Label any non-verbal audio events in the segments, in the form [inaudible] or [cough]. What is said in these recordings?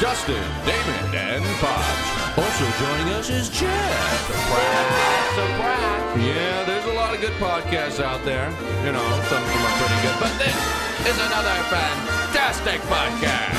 Justin, Damon, and Pops. Also joining us is Jeff. Surprise, surprise. Yeah, there's a lot of good podcasts out there. You know, some of them are pretty good, but this is another fantastic podcast.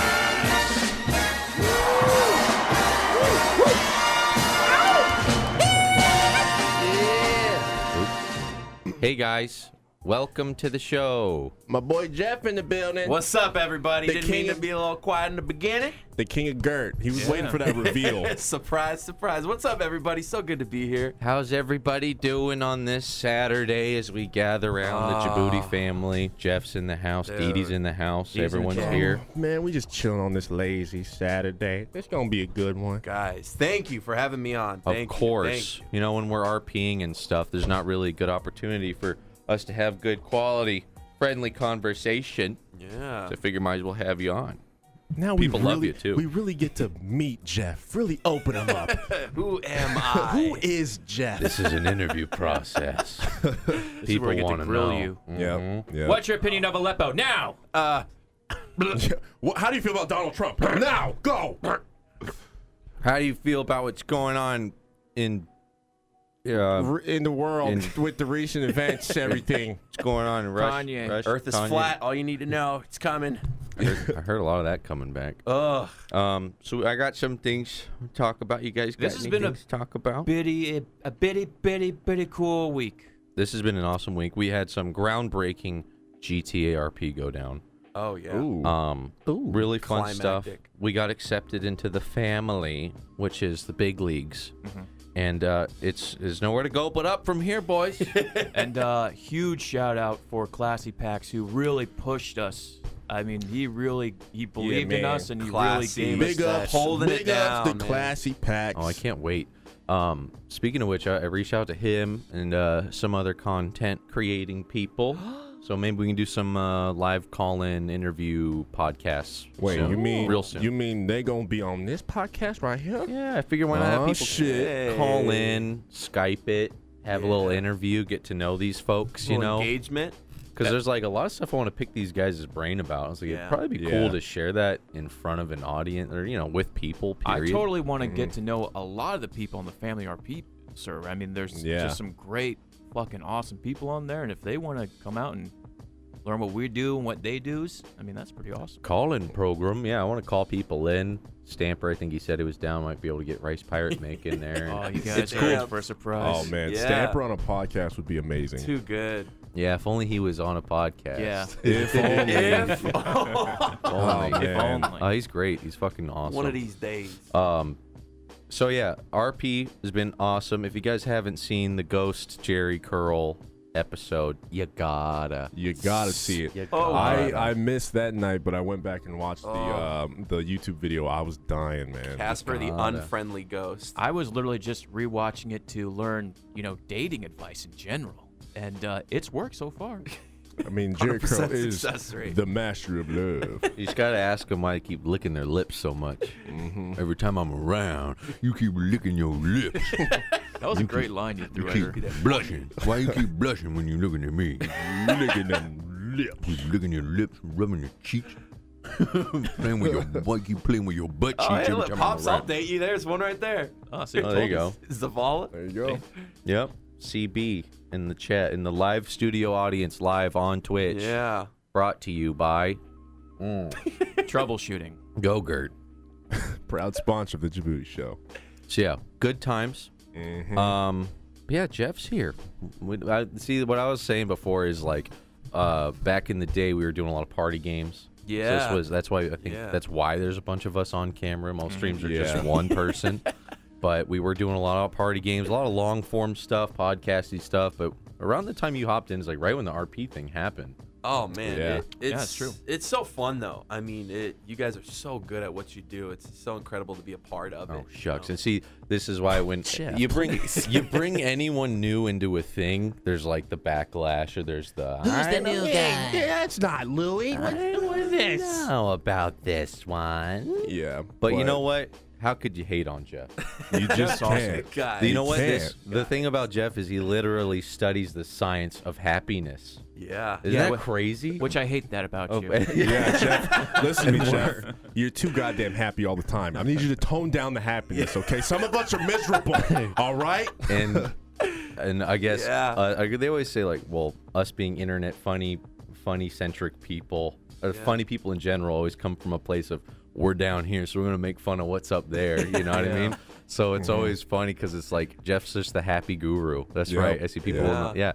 Hey guys, welcome to the show. My boy Jeff in the building. What's up, everybody? The Didn't mean king to of- be a little quiet in the beginning. The king of Gert. He was waiting for that reveal. Oh. [laughs] surprise, surprise. What's up, everybody? So good to be here. How's everybody doing on this Saturday as we gather around Ah. the Djibouti family? Jeff's in the house, Dee Dee's in the house, in the everyone's chat. here. Man, we just chilling on this lazy Saturday. It's gonna be a good one. Guys, thank you for having me on. Of Thank you, course, thank you. know, when we're RPing and stuff, there's not really a good opportunity for us to have good quality, friendly conversation. you. Yeah. So I figure might as well have you on. Now we People really, love you, too. We really get to meet Jeff. Really open him up. Who am [laughs] I? Who is Jeff? This is an interview process. [laughs] People where I get to want grill know. you. yeah. yeah. What's your opinion of Aleppo now? What- How do you feel about Donald Trump? now, go. How do you feel about what's going on in uh, R- In the world In- with the recent events, everything. what's going on in Russia? Kanye. Russia- Earth is Kanye? flat. All you need to know. It's coming. I [laughs] heard, I heard a lot of that coming back. Ugh. Um, so I got some things to talk about. You guys got This has any been a things to talk about? Bitty, a, a bitty, bitty, bitty cool week. This has been an awesome week. We had some groundbreaking GTA RP go down. Oh yeah. Um, really fun stuff. Climactic. We got accepted into the family, which is the big leagues, and uh, it's there's nowhere to go but up from here, [laughs] boys. And uh, huge shout out for Classy Packs who really pushed us. I mean, he really he believed in man. us and he Classy. really gave Big us up, ups, holding it big ups down, to man. classy packs. Oh, I can't wait. Um, speaking of which, I, I reached out to him and uh, some other content creating people. So maybe we can do some uh, live call-in interview podcasts. Wait, soon. you mean real soon? you mean they gonna be on this podcast right here? yeah, I figure why not Aw, have people Oh, shit. call in, Skype it, have a little Yeah. interview, get to know these folks, you Little know? engagement. Because there's like a lot of stuff I want to pick these guys' brain about. I was like, Yeah. it'd probably be Yeah. cool to share that in front of an audience or you know with people. I Period. totally want to get to know a lot of the people on the Family RP server. I mean, there's Yeah. just some great, fucking awesome people on there. And if they want to come out and learn what we do and what they do's, I mean, that's pretty awesome. call-in program. Yeah, I want to call people in. Stamper, I think he said it was down. Might be able to get Rice Pirate Make in there. [laughs] Oh, And- you guys It's are cool. in for a surprise. Oh man, Yeah. Stamper on a podcast would be amazing. Too good. yeah, if only he was on a podcast. Yeah. If only. If If only. [laughs] Oh, man. Only. Oh, he's great. He's fucking awesome. one of these days. Um, so yeah, RP has been awesome. If you guys haven't seen the Ghost Jerry Curl episode, you gotta. You gotta see it. You Oh, I, gotta. I missed that night, but I went back and watched the Oh. um, the YouTube video. I was dying, man. Casper, the God. unfriendly ghost. I was literally just rewatching it to learn, you know, dating advice in general, and uh, it's worked so far. I mean, Jerry Curl 100% is success rate. the master of love. You just gotta ask them why they keep licking their lips so much. [laughs] Every time I'm around, you keep licking your lips. That was a great line you threw at You her. keep blushing. Why you keep blushing when you're looking at me? Licking them lips. Keep licking your lips, rubbing your cheeks, playing [laughs] with your butt, keep playing with your butt cheeks Oh, hey, every look, time Pops, I'm I'll around. date you. There's one right there. [laughs] Oh, see, Oh, there you go. [laughs] Zavala. There you go. Yep. CB in the chat in the live studio audience live on Twitch. Yeah. Brought to you by Troubleshooting. GoGurt. Proud sponsor of the Djibouti show. So yeah, good times. Mm-hmm. Um, yeah, Jeff's here. We, I, see, what I was saying before is like, uh, back in the day we were doing a lot of party games. So this Yeah. was that's why I think Yeah. Mm-hmm. that's why there's a bunch of us on camera. Most streams are just Yeah. [laughs] one person. but we were doing a lot of party games, a lot of long form stuff, podcasty stuff. But around the time you hopped in is like right when the RP thing happened. Oh man, Yeah. it- it's, it's true. It's so fun though. I mean, it. You guys are so good at what you do. It's so incredible to be a part of it. Oh you shucks! know? And see, this is why when Jeff, you [laughs] bring you bring anyone new into a thing, there's like the backlash, or there's the who's the new guy? Oh, that's not Louie. Ah, this? Know about this one? [laughs] Yeah, But you know what? How could you hate on Jeff? You just can't. God, you know what? can't. This, the thing about Jeff is he literally studies the science of happiness. Yeah. Isn't Yeah, that wh- crazy? [laughs] Which I hate that about Oh, you. Yeah, Chef. Listen to me, Chef. Word. You're too goddamn happy all the time. I need you to tone down the happiness, okay? Some of us are [laughs] miserable, all right? [laughs] and and I guess Yeah. uh, I- they always say like, well, us being internet funny, funny centric people, or funny people in general, always come from a place of we're down here, so we're gonna make fun of what's up there. You know what I mean? So it's always funny because it's like Jeff's just the happy guru. That's Yep. right. I see people. Yeah. Yeah.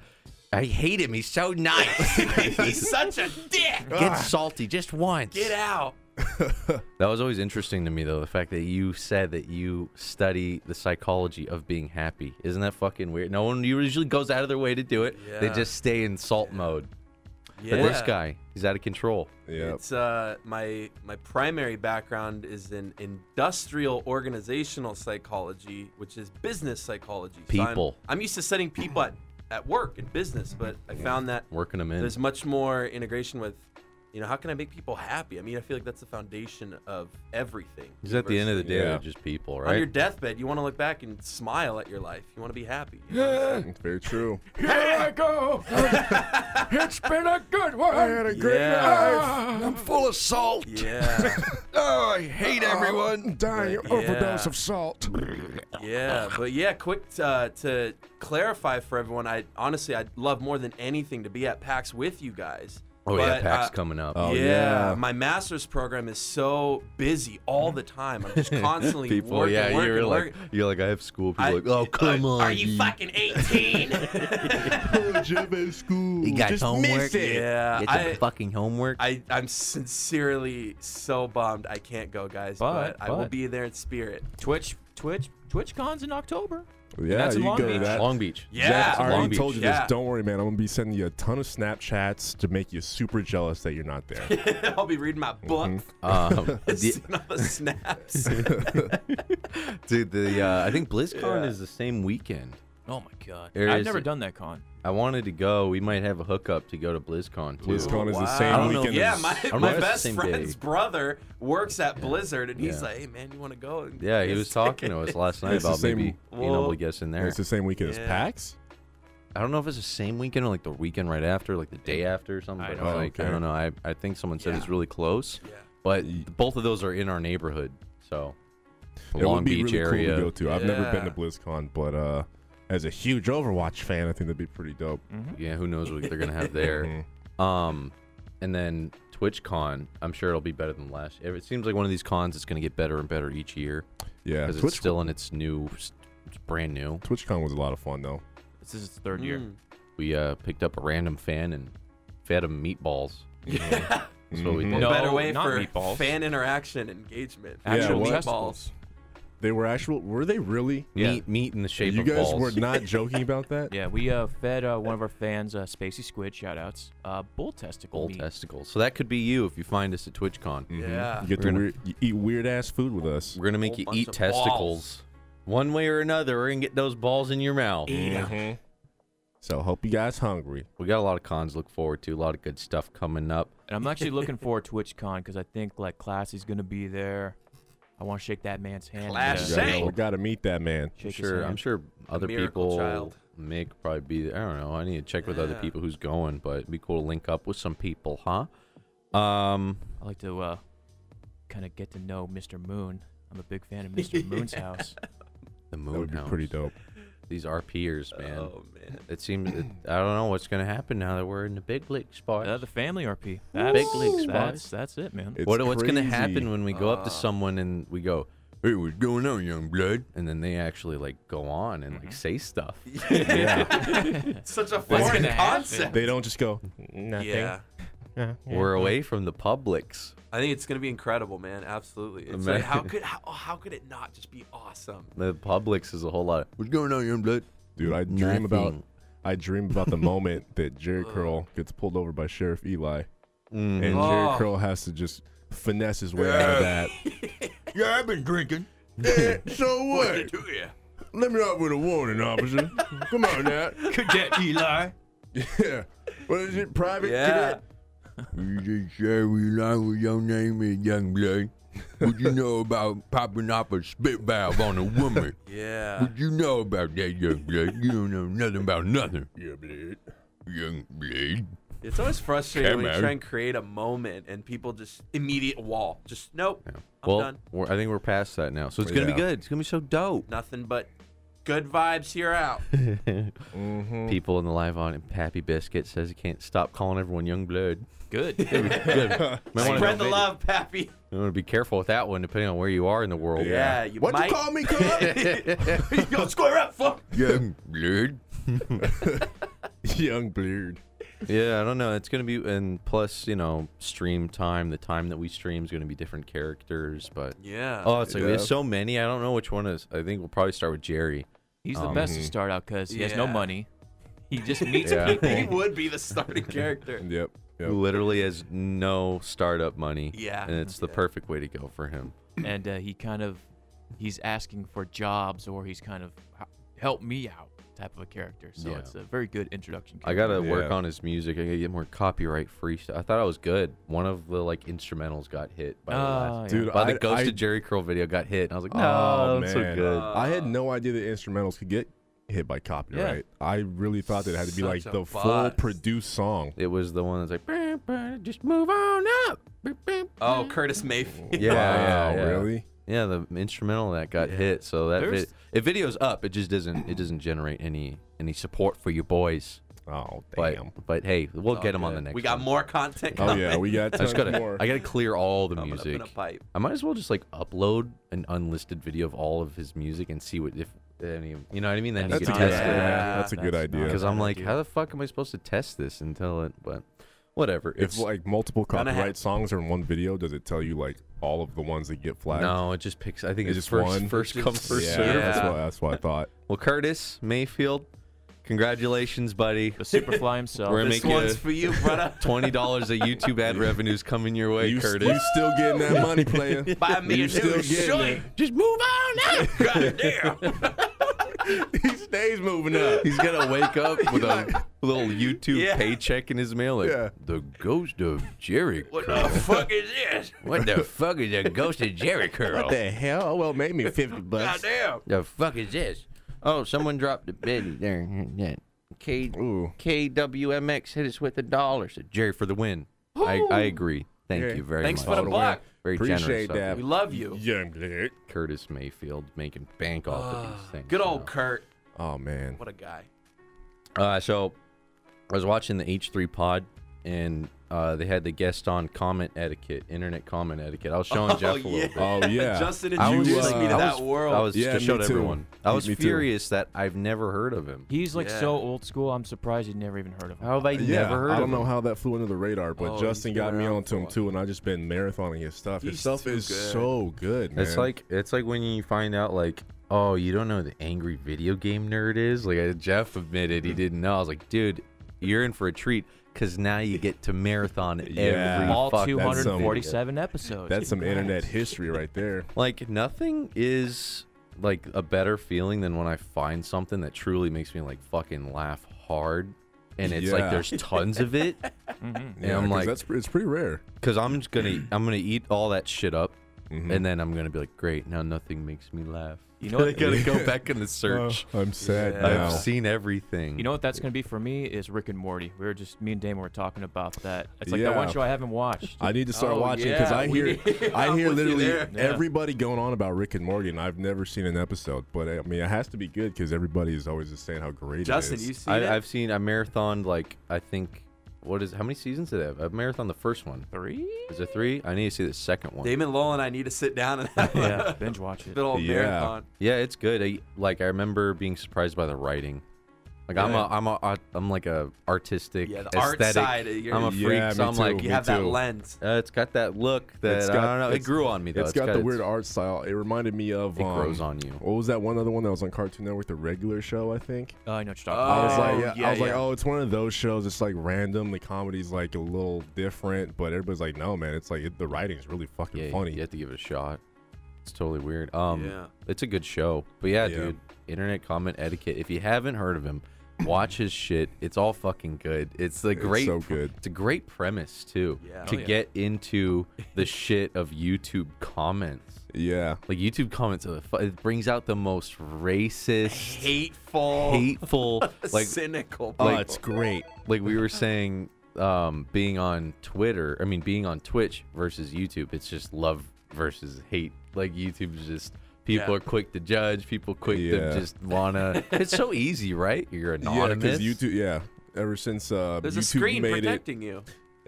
I hate him. He's so [laughs] nice. He's such a dick. Get salty just once. Get out. That was always interesting to me, though, the fact that you said that you study the psychology of being happy. Isn't that fucking weird? No one usually goes out of their way to do it. They Yeah. just stay in salt mode. Yeah. But this guy, he's out of control. Yeah. It's uh my my primary background is in industrial organizational psychology, which is business psychology. So I'm- People. I'm, used to setting people at, at work in business, but I found that Working him in. there's much more integration with you know, how can I make people happy? I mean, I feel like that's the foundation of everything. Because at the end of the day, universally. they're Yeah. just people, on your right? deathbed, you want to look back and smile at your life. You want to be happy. you know? [laughs] It's very true. Here [laughs] I go. it's been a good one. Ah. a yeah. I'm full of salt. Yeah. Oh, I hate everyone. Dying Yeah. overdose of salt. Yeah, but yeah, quick uh, to clarify for everyone. I honestly, I'd love more than anything to be at PAX with you guys. Oh, yeah, But, PAX uh, coming up. Oh, yeah, yeah. my master's program is so busy all the time. I'm [laughs] just constantly people, working, yeah, working, you're like, working. you're like, I have school. People I- are like, oh, come [laughs] on. Are you fucking 18? school. You got Just homework? miss it. yeah, Get some I, fucking homework. I, I'm sincerely so bummed I can't go, guys. But- I will but- be there in spirit. [laughs] Twitch, Twitch, TwitchCon's in October. Yeah, That's in you can Long go to Beach. that. Long Beach. Yeah, Jeff, I Long already Beach. told you Yeah. this. Don't worry, man. I'm gonna be sending you a ton of Snapchats to make you super jealous that you're not [laughs] there. I'll be reading my book, [laughs] Mm-hmm. Um, the- seeing all the [laughs] snaps. dude, the uh, I think BlizzCon Yeah. is the same weekend. Oh my god. There I've is never a- done that con. I wanted to go. We might have a hookup to go to BlizzCon too. BlizzCon is the Wow. I same don't know. weekend. Yeah, as- my, I'm my right. best Same friend's day. brother works at Blizzard, and he's Yeah. like, "Hey man, you want to go?" And Yeah, he get was sick?" talking to [laughs] us last night It's the about same- maybe being Well, able to get us in there. It's the same weekend Yeah. as PAX. I don't know if it's the same weekend or like the weekend right after, like the day after or something. I but don't it's know. like, I Okay. don't know. I, I think someone said it's Yeah. really close, Yeah. but both of those are in our neighborhood. So, the it Long would be Beach really area. cool to go to. I've never been Yeah. to BlizzCon, but uh, as a huge Overwatch fan, I think that'd be pretty dope. Yeah, who knows what they're [laughs] gonna have there. Mm-hmm. um, and then TwitchCon, I'm sure it'll be better than last. year. It seems like one of these cons is gonna get better and better each year Yeah, because Uh, Twitch, it's still in its new, it's brand new. TwitchCon was a lot of fun though. This is his third year. Mm. We uh, picked up a random fan and fed him meatballs. That's what we Mhm. did. No, Better way not for meatballs. fan interaction engagement. Yeah, Actual what- meatballs. They were actual. Were they really? Yeah. Meat, meat in the shape You of guys balls. were not joking about [laughs] that. Yeah, we uh, fed uh, one of our fans, uh, Spacey Squid, shout outs, uh, bull testicle. Bull meat. testicles. So that could be you if you find us at TwitchCon. Yeah. Mm-hmm. You get We're to gonna- weird, you eat weird ass food with us. We're gonna make Whole you bunch eat of testicles, balls. one way or another. We're gonna get those balls in your mouth. So hope you guys hungry. We got a lot of cons to look forward to. A lot of good stuff coming up. And I'm actually looking forward to TwitchCon because I think like Classy's gonna be there. I want to shake that man's hand. Classy. Yeah. Gotta- Shane! we gotta meet that man. I'm Shake his sure, I'm hand. sure other miracle people. child. Mick probably be. there. I don't know. I need to check with other Yeah. people who's going, but it'd be cool to link up with some people, huh? Um, I like to uh, kind of get to know Mr. Moon. I'm a big fan of [laughs] Mr. Moon's house. the That moon would be house. pretty dope. These RPers, man. Oh [laughs] man. It seems. [clears throat] It, I don't know what's gonna happen now that we're in the big league spot. Uh, the family RP. That's, Big leagues, boys. That's that's it, man. It's what, what's going to crazy. happen when we go up to someone and we go, "Hey, what's going on, young blood?" And then they actually like go on and like say [laughs] stuff. It's such a What's foreign gonna happen? concept. They don't just go. Nothing. Yeah. We're away from the Publix. I think it's gonna be incredible, man. Absolutely. It's like, how could how, how could it not just be awesome? The Publix is a whole lot. Of, what's going on, young blood? Dude, I dream about Nothing. I dream about [laughs] the moment that Jerry Curl gets pulled over by Sheriff Eli, Mm-hmm. and Oh. Jerry Curl has to just finesse his way out of that. Yeah, I've [laughs] been drinking. so [laughs] what? Do ya? Let me out with a [laughs] warning, officer. Come on, now. Cadet Eli. [laughs] Yeah. What is it, private Yeah. You just say we like what your name is, young blood. What you know about popping off a spit valve on a woman? Yeah. What you know about that, young blood? You don't know nothing about nothing. Young blood. Young blood. It's always frustrating Okay, when you man. try and create a moment and people just immediate wall. Just nope. I'm well, done. we're, I think we're past that now, so it's gonna Yeah. be good. It's gonna be so dope. Nothing but good vibes here out. People in the live audience, Pappy Biscuit says he can't stop calling everyone young blood. Good. Good. Might [laughs] wanna- Spread the love, Pappy. You want to be careful with that one, depending on where you are in the world. Yeah, you What'd might. you call me, cuz? [laughs] Yo, square up, fuck. Young blood. [laughs] Young Beard. Yeah, I don't know. It's gonna be, and plus, you know, stream time. The time that we stream is gonna be different characters, but Yeah. oh, it's like Yeah. there's so many. I don't know which one is. I think we'll probably start with Jerry. He's the Um, best to start out because he has no Yeah. money. He just meets Yeah. he people. would be the starting character. [laughs] Yep. yep. who literally has no startup money. Yeah. And it's the perfect way to go for him. and uh, he kind of he's asking for jobs or he's kind of "H- help me out type of a character. So Yeah. it's a very good introduction. I character. gotta work Yeah. on his music. I gotta get more copyright free stuff. I thought I was good. One of the like instrumentals got hit by the Ah, last yeah. Dude, by I, the I, Ghost of Jerry Curl video got hit. And I was like, no, Oh, that's so man. good. I had no idea that instrumentals could get hit by copyright. I really thought that it had to be Such like a the full bust. produced song. it was the one that's like, "Bah, bah, just move on up. Bah, bah, bah." Oh, Curtis Mayfield. Yeah, yeah, wow, yeah. really? Yeah, the instrumental that got hit. So that There's- vid- if video's up, it just doesn't it doesn't generate any any support for your boys. Oh, But damn. but hey, we'll get him on the next. We got one. more content Oh, coming. yeah, we got [laughs] I just tons gotta, more. I gotta clear all the [laughs] Coming up in music. a pipe. I might as well just like upload an unlisted video of all of his music and see what if any of you know what I mean. Then you That's a can good Yeah. idea. test it Yeah, That's a good that's idea. because not- I'm like, how the fuck am I supposed to test this until it? But whatever. If It's like multiple Gonna ha- copyright songs are in one video, does it tell you like all of the ones that get flagged? no, it just picks. I think It's it's, just first one. [laughs] first come just- first yeah, serve. That's, Yeah. what, that's what I [laughs] thought. Well, Curtis Mayfield, congratulations, buddy. The Superfly himself. We're gonna This make you- one's for you, brother. Twenty dollars of YouTube ad revenues coming your way, you, s- Curtis. you still getting that [laughs] money, player? [laughs] Buy me You a still new getting it. shirt. just move on up. Goddamn. he stays moving up. [laughs] He's gonna wake up with a little YouTube Yeah. paycheck in his mail. Like, Yeah. The ghost of Jerry [laughs] What Curl. the fuck is this? What the fuck is the ghost of Jerry Curl? hell? Oh well, made me fifty bucks. Goddamn. the fuck is this? Oh, someone dropped a bid there. Yeah. K Ooh. KWMX hit us with a dollar. So Jerry for the win. I, I agree. Thank Yeah. you very Thanks much. for the buck. Very Appreciate generous of that. you. We love you. Young Blake. Curtis Mayfield making bank off of these things. Ah, Good you old know. Kurt. Oh man. What a guy. Uh, so I was watching the H3 pod and uh, they had the guest on comment etiquette, internet comment etiquette. I was showing Oh, Jeff a little yeah. [laughs] bit. Oh yeah. Justin I was, You introduced uh, me to I that was- world. I was Yeah, just showed me too. everyone. I Me- was me too. furious that I've never heard of him. He's like Yeah. so old school. I'm surprised you never even heard of him. How have I yeah, never heard I of don't him? know how that flew under the radar, but Oh, Justin he's been got me around onto for a him while. how- too, and I've just been marathoning his stuff. his He's stuff too is good. so good, man. It's like it's like when you find out like, oh, you don't know who the angry video game nerd is. Like uh, Jeff admitted he didn't know. I was like, dude, you're in for a treat because now you get to [laughs] marathon every Yeah. All fucking that's some- 247 episodes. that's some Guys. internet history right [laughs] there. Like nothing is like a better feeling than when I find something that truly makes me like fucking laugh hard. And it's Yeah. like there's tons of [laughs] it, Yeah, I'm 'cause like- that's it's pretty rare. cause I'm just gonna I'm gonna eat all that shit up, Mm-hmm. and then I'm gonna be like, great, now nothing makes me [laughs] laugh. You know what- I gotta [laughs] go back in the search. I'm sad Yeah. now. I've seen everything. You know what that's going to be for me is Rick and Morty. We were just me and Damon were talking about that. It's like that one Yeah. show I haven't watched. I need to start Oh, watching because yeah, I we hear need- [laughs] I I'm hear with you literally there. Yeah. everybody going on about Rick and Morty, and I've never seen an episode. But I mean, it has to be good because everybody is always just saying how great Justin, it is. you see I, that? I've seen I marathoned like I think what is how many seasons did it have? I marathoned the first one. Three? Is there three? I need to see the second one. Damon Lowell and I need to sit down and have Yeah, a [laughs] binge watch it. good old Yeah. marathon. yeah, it's good. I, like I remember being surprised by the writing. Like I'm a Yeah. I'm a I'm like a artistic Yeah, the aesthetic. art side. of your- I'm a Yeah, freak, so me I'm too. like me you have that too. lens. uh, it's got that look that It's I got- don't know. It it's- grew on me though. it's got the its- weird art style. It reminded me of It um, grows on you. What was that one other one that was on Cartoon Network, the regular show? I think. Oh, I know what you're talking Oh, I was about. like, yeah, yeah, I was like, yeah. oh, it's one of those shows. It's like random. The comedy's like a little different, but everybody's like, no, man, it's like it, the writing's really fucking Yeah, you- funny. You have to give it a shot. It's totally weird. Um, Yeah. it's a good show. But yeah, Yeah. dude, internet comment etiquette. If you haven't heard of him, watch his shit. It's all fucking good. It's the great. so good. It's a great premise too. Yeah. To Oh, yeah. get into the shit of YouTube comments. Yeah, Like YouTube comments are the fu- it brings out the most [laughs] racist, Hateful, [laughs] hateful, like cynical. oh, people. it's great. [laughs] like we were saying um, being on Twitter, I mean, being on Twitch versus YouTube, it's just love versus hate. Like YouTube is just people Yeah. are quick to judge, people quick Yeah. to just [laughs] wanna. it's so easy, right? You're Yeah, anonymous. because YouTube. Yeah, ever since uh, There's YouTube a screen made it, protecting you.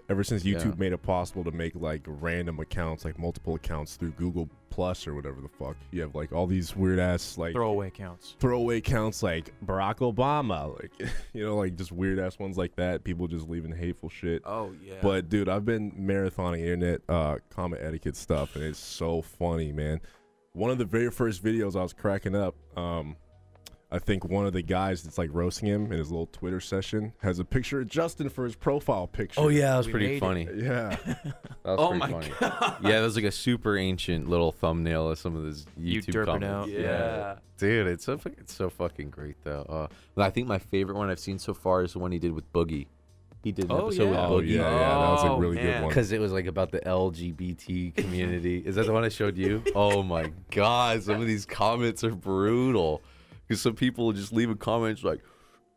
ever since YouTube Yeah. made it possible to make like random accounts, like multiple accounts through Google Plus or whatever the fuck, you have like all these weird ass like Throwaway counts. throwaway accounts like Barack Obama, like [laughs] you know, like just weird ass ones like that. People just leaving hateful shit. Oh yeah. But dude, I've been marathoning internet uh, comment etiquette stuff, and it's so funny, man. One of the very first videos I was cracking up, um, I think one of the guys that's like roasting him in his little Twitter session has a picture of Justin for his profile picture. Oh yeah, that was We made pretty it. funny. yeah. [laughs] That was oh pretty my funny. god. Yeah, that was like a super ancient little thumbnail of some of this You YouTube derping comments. out. Yeah. Dude, it's so fuck- it's so fucking great though. Uh, but I think my favorite one I've seen so far is the one he did with Boogie. He did an Oh, episode yeah. Oh with Boogie yeah, yeah, that was Oh, a really man. good one. because it was like about the LGBT community. Is that the one I showed you? Oh my god, some of these comments are brutal. Because some people will just leave a comment it's like,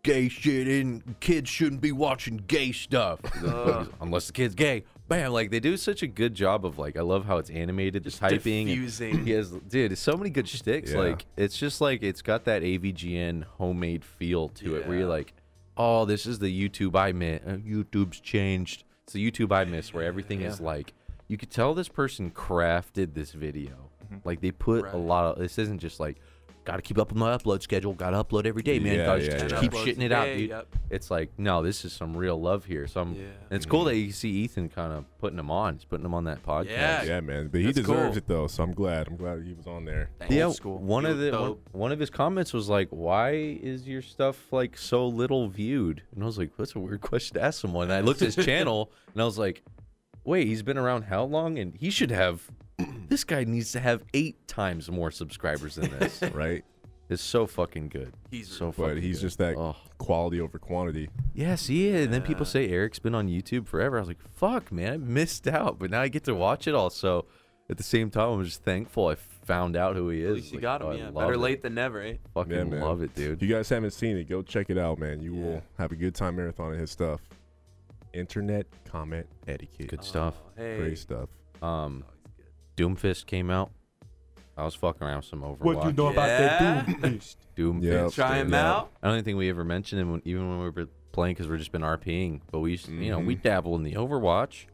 "Gay shit and kids shouldn't be watching gay stuff And then Boogie's, unless the kid's gay." Bam! Like they do such a good job of like I love how it's animated, the typing. and- [coughs] diffusing. He has, dude, it's so many good shticks. Mm, Yeah. Like it's just like it's got that AVGN homemade feel to it, where you're Yeah. like, oh, this is the YouTube I miss. Uh, YouTube's changed. It's the YouTube I miss, where everything is like, you could tell this person crafted this video. Mm-hmm. Like they put Right. a lot of. This isn't just like, gotta keep up with my upload schedule. Gotta upload every day, man. Yeah, gotta yeah, just yeah. keep Upload shitting it out, today, dude. yep. It's like, no, this is some real love here. So I'm, Yeah. and it's Mm-hmm. cool that you see Ethan kind of putting him on. He's putting him on that podcast. Yeah. Yeah, man. But he That's deserves cool. it though, so I'm glad. I'm glad he was on there. yeah, old school. one of Yo, the one, dope. one of his comments was like, "Why is your stuff like so little viewed?" And I was like, "That's a weird question to ask someone." And I looked at [laughs] his channel and I was like, "Wait, he's been around how long?" And he should have. [clears throat] this guy needs to have eight times more subscribers than [laughs] this. Right? it's so fucking good. He's so But fucking. he's good. just that Oh. quality over quantity. Yes, he is. And then people say Eric's been on YouTube forever. I was like, fuck, man, I missed out. But now I get to watch it all. So at the same time, I'm just thankful I found out who he is. At least you Like, got him. oh, I yeah. love Better it. late than never, eh? Fucking Yeah, man. love it, If dude. you guys haven't seen it, go check it out, man. You Yeah. will have a good time marathoning his stuff. Internet comment etiquette. Good stuff. Oh, hey. Great stuff. Um, Oh, he's good. Doomfist came out. I was fucking around with some Overwatch. yeah. Doomfist. Yeah. [laughs] Try him dude. out. I don't think we ever mentioned him when, even when we were playing because we're just been RPing. But we, used to, you know, we dabble in the Overwatch,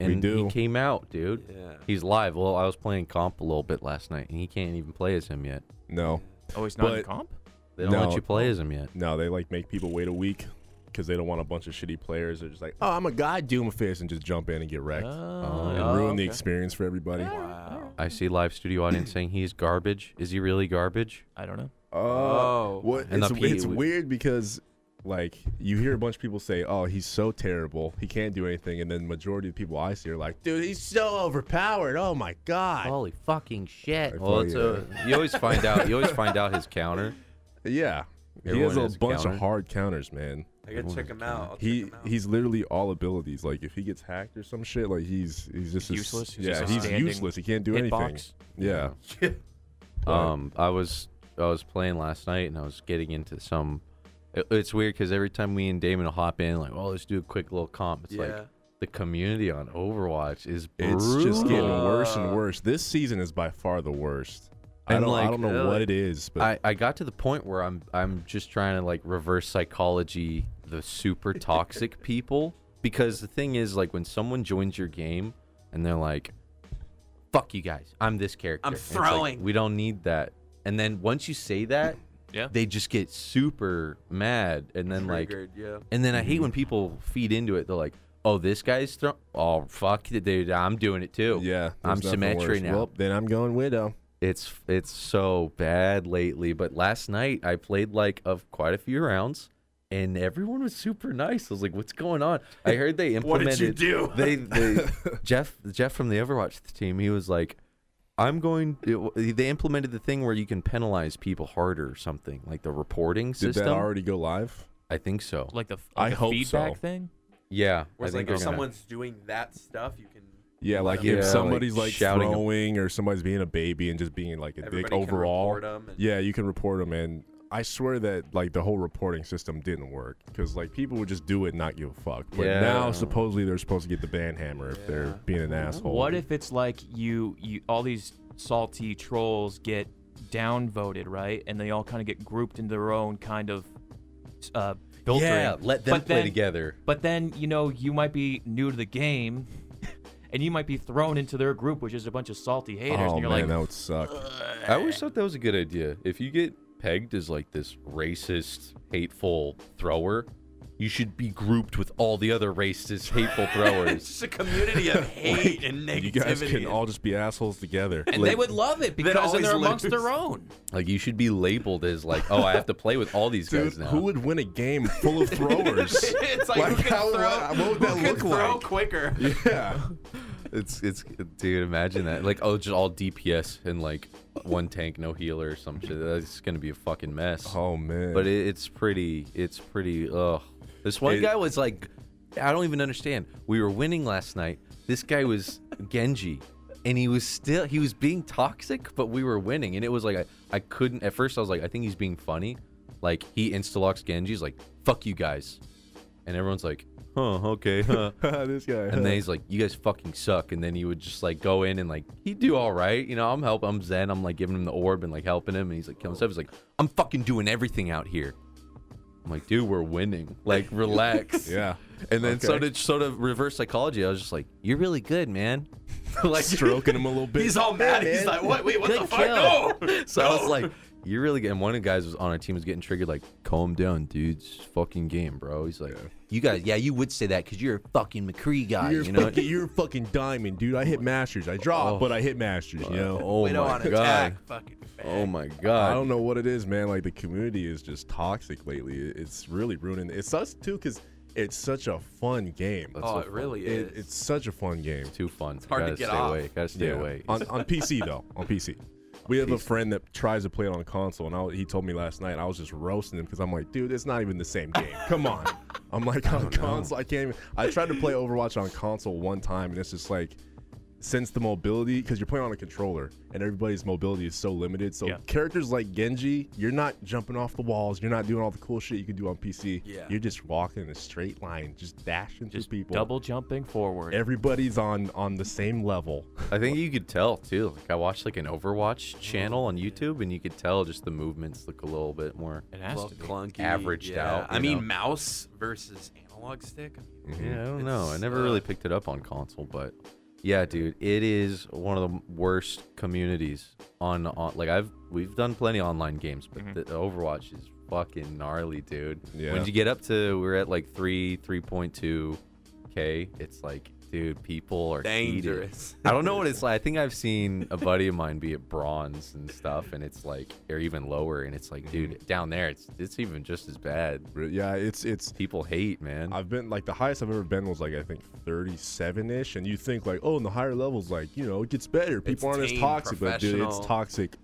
Mm-hmm. We and do. he came out, dude. Yeah. He's live. Well, I was playing comp a little bit last night, and he can't even play as him yet. No, Oh, he's not in But- comp? They don't No. let you play as him yet. no, they like make people wait a week because they don't want a bunch of shitty players. They're just like, oh, I'm a god Doomfist and just jump in and get wrecked Uh, and Oh, ruin the okay. experience for everybody. Wow. I see live studio audience saying he's garbage. Is he really garbage? I don't know. Oh, Oh. what? And It's, the P- E it's weird because like you hear a bunch of people say, oh, he's so terrible, he can't do anything, and then majority of the people I see are like, dude, he's so overpowered. Oh my god. Holy fucking shit! I Well, feel it's you. a, you always find out. You always find out his counter. Yeah. He Everyone has a has a bunch counter. of hard counters, man. I gotta check him out. I'll He check him out. he's literally all abilities. Like if he gets hacked or some shit, like he's he's just a s- Useless? He's yeah, just a he's standing useless. He can't do anything. Hitbox. Yeah. [laughs] Um, I was I was playing last night and I was getting into some. it- it's weird because every time we and Damon will hop in, like, oh, let's do a quick little comp. It's Yeah. like the community on Overwatch is brutal. It's just getting Brutal. worse and worse. This season is by far the worst. I And, don't I like, uh, don't know really? what it is, but I, I got to the point where I'm I'm just trying to like reverse psychology the super toxic people because the thing is like when someone joins your game and they're like, "Fuck you guys, I'm this character." I'm And it's like, throwing. we don't need that. And then once you say that, Yeah. they just get super mad and then like Triggered, yeah. and then I hate when people feed into it. They're like, "Oh, this guy's throw. Oh, fuck, it, dude, I'm doing it too. yeah, I'm there's nothing Symmetry worse. now. Well, then I'm going widow. It's it's so bad lately. But last night I played like of quite a few rounds, and everyone was super nice. I was like, "What's going on?" I heard they [laughs] What implemented. did you do? They, [laughs] they Jeff Jeff from the Overwatch team. He was like, "I'm going." They implemented the thing where you can penalize people harder or something like the reporting Did system. that already go live? I think so. Like the, like I the hope feedback so. thing? Yeah, Whereas I think like if they're gonna- someone's doing that stuff, you can. Yeah, let like them Yeah, if like know. somebody's like, shouting throwing or somebody's being a baby and just being like a Everybody dick can overall. report 'em and- Yeah, you can report them, and I swear that like the whole reporting system didn't work because like people would just do it and not give a fuck. But Yeah. now supposedly they're supposed to get the ban hammer if they're being an asshole. What if it's like you, you all these salty trolls get downvoted, right? And they all kind of get grouped into their own kind of uh, filtering. Yeah, let them But play then- together. But then you know you might be new to the game, [laughs] and you might be thrown into their group, which is a bunch of salty haters. Oh and man, you're like, that would suck. I always thought that was a good idea. If you get pegged as like this racist, hateful thrower, you should be grouped with all the other racist, [laughs] hateful It's throwers. [laughs] just a community [laughs] of hate and negativity. You guys can all just be assholes together. and they Like, would love it They'd because then they're always amongst lose. their own. Like you should be labeled as like, oh, I have to play with all these dude, guys now. who would win a game full of [laughs] throwers? [laughs] [laughs] it's like, Like, who can how- throw, what- what would who that can look throw like? quicker? yeah, it's it's dude, imagine that. Like oh, just all DPS and like one tank, no healer or some shit. That's gonna be a fucking mess. Oh man. but it, it's pretty it's pretty ugh this one It- guy was like i don't even understand we were winning last night this guy was genji and he was still he was being toxic but we were winning and it was like i, I couldn't at first i was like i think he's being funny like he instalocks genji's like fuck you guys and everyone's like huh okay huh [laughs] this guy. [laughs] and then he's like, "You guys fucking suck." And then he would just like go in and like he'd do all right, you know. I'm helping, I'm Zen, I'm like giving him the orb and like helping him, and he's like killing stuff. He's like, "I'm fucking doing everything out here." I'm like, "Dude, we're winning. Like, relax." yeah. And then so Okay. did sort of reverse psychology. I was just like, "You're really good, man." [laughs] like stroking him a [laughs] little bit. He's all mad. He's like, what? Wait, what the Good fuck? kill. No. [laughs] So I was like, "You're really good." And one of the guys was on our team was getting triggered. Like, calm down, dude. It's fucking game, bro. He's like, "You guys, yeah, you would say that because you're a fucking McCree guy, You're, Ah, you [laughs] know." fucking, you're a fucking diamond, dude. I hit masters. I drop, Oh. but I hit masters. You [laughs] know. Oh Wait my on god. attack. Fucking fat. Oh my god. I don't know what it is, man. Like the community is just toxic lately. It- It's really ruining. It sucks too because it's such a fun game. Oh, it really is. It- it's such a fun game. Too fun. It's hard to Gotta get stay off. away. Gotta stay away. [laughs] On, on PC though, on PC. We have a friend that tries to play it on console, and I, was- he told me last night. I was just roasting him because I'm like, dude, it's not even the same game. Come on. I'm like on console. I can't even. I tried to play Overwatch on console one time, and it's just like since the mobility because you're playing on a controller and everybody's mobility is so limited. So Yeah. characters like Genji, you're not jumping off the walls. You're not doing all the cool shit you can do on PC. Yeah. You're just walking in a straight line, just dashing Just through people. double jumping forward. Everybody's on on the same level. I think you could tell too. Like I watched like an Oh. Overwatch channel on YouTube, and you could tell just the movements look a little bit more. it has Well, to be. clunky. averaged yeah. out, I you mean, know? mouse versus analog stick. I mean, Yeah, I don't know. I It's, never uh, really picked it up on console, but yeah, dude, it is one of the worst communities on, on like I've we've done plenty of online games, but Mm-hmm. the Overwatch is fucking gnarly, dude. Yeah. When you get up to we're at like 3 3.2 k, it's like dude, people are heated. Dangerous. I don't know what it's like. I think I've seen a buddy of mine be at bronze and stuff, and it's like, or even lower, and it's like, Mm-hmm. dude, down there, it's it's even just as bad. Yeah, it's it's People hate, man. I've been like the highest I've ever been was like I think 37 ish, and you think like, oh, in the higher levels, like you know, it gets better. People aren't as tame, toxic, but dude, it's professional. toxic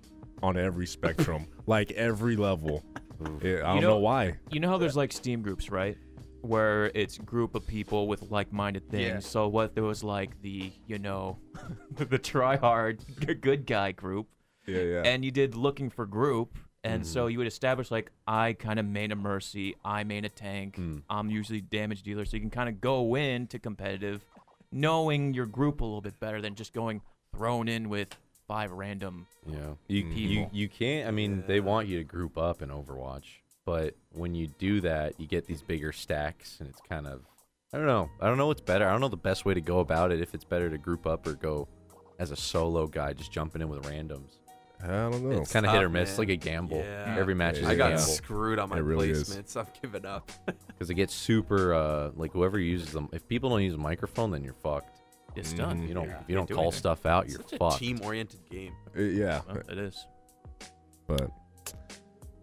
on every spectrum, like every level. Yeah, I don't You know, know- why. You know how there's like Steam groups, right? Where it's group of people with like-minded things. So what there was like the you know, [laughs] the try-hard good guy group, Yeah, yeah. and you did looking for group, and so you would establish like I kind of main a mercy, I main a tank, I'm usually damage dealer, so you can kind of go in to competitive, knowing your group a little bit better than just going thrown in with five random. Yeah. You, mm, you People. you can't I mean they want you to group up in Overwatch, but when you do that, you get these bigger stacks and it's kind of I don't know. I don't know what's better. I don't know the best way to go about it if it's better to group up or go as a solo guy just jumping in with randoms. I don't know. It's kind of hit tough, or miss, man. like a gamble. Yeah. Every match is Yeah. a I got gamble screwed on my It really is. placements. I've given up. because it gets super uh like whoever uses them. If people don't use a microphone, then you're fucked. It's done. Mm, You don't if you Can't don't do call anything. stuff out, you're Such a fucked. team-oriented [laughs] game. Uh, yeah, Well, it is. but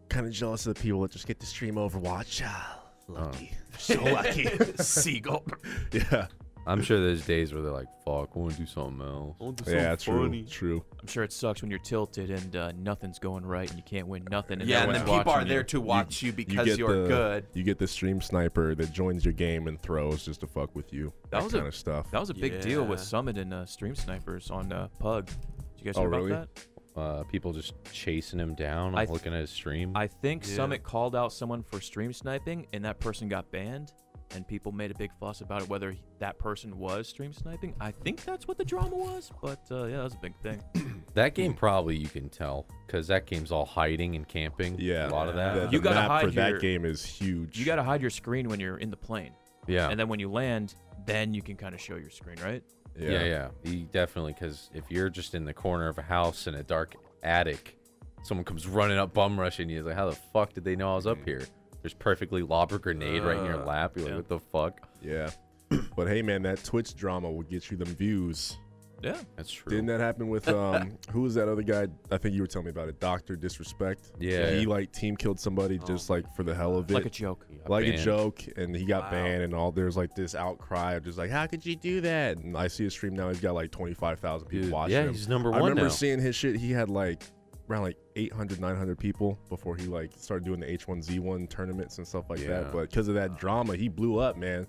kind of jealous of the people that just get to stream Overwatch. Ah, lucky, so lucky. [laughs] Seagull. [laughs] yeah, I'm sure there's days where they're like, "Fuck, we want to do something else." yeah, true, true. I'm sure it sucks when you're tilted and uh, nothing's going right and you can't win nothing. And Yeah, and everyone's then people are watching you. there to watch you, You because get you are the- good. You get the stream sniper that joins your game and throws just to fuck with you. That That, was a- kind of stuff. That was a big deal with Yeah. Summit and uh, Stream Snipers on uh, Pug. Did you guys Oh, hear really? about that? uh, people just chasing him down. I I'm th- looking at his stream. I think Yeah. Summit called out someone for stream sniping, and that person got banned, and people made a big fuss about it whether that person was stream sniping. I think that's what the drama was, but uh, yeah, that was a big [laughs] thing. that game probably you can tell because that game's all hiding and camping. Yeah, a lot of that. The, You the gotta map for hide that your- game is huge. You got to hide your screen when you're in the plane, yeah. and then when you land, then you can kind of show your screen, right? yeah, yeah, You definitely because if you're just in the corner of a house in a dark attic, someone comes running up, bum rushing you. It's like, how the fuck did they know I was up here? There's perfectly lob a grenade right in your Uh, lap. You're yeah. like, what the fuck? yeah. [clears throat] But hey, man, that Twitch drama will get you them views. Yeah. That's true. Didn't that happen [laughs] with um? who was that other guy? I think you were telling me about it. Doctor Disrespect. Yeah. He like team killed somebody just like for the hell of it. Oh. Like a joke. like a Banned. joke, and he got Wow. banned, and all there's like this outcry of just like, how could you do that? And I see his stream now; he's got like twenty five thousand people Dude, watching. yeah, him. he's number I one remember now. seeing his shit. He had like around like 800, 900 people before he like started doing the H1Z1 tournaments and stuff like Yeah. that. But because of that drama, he blew up, man.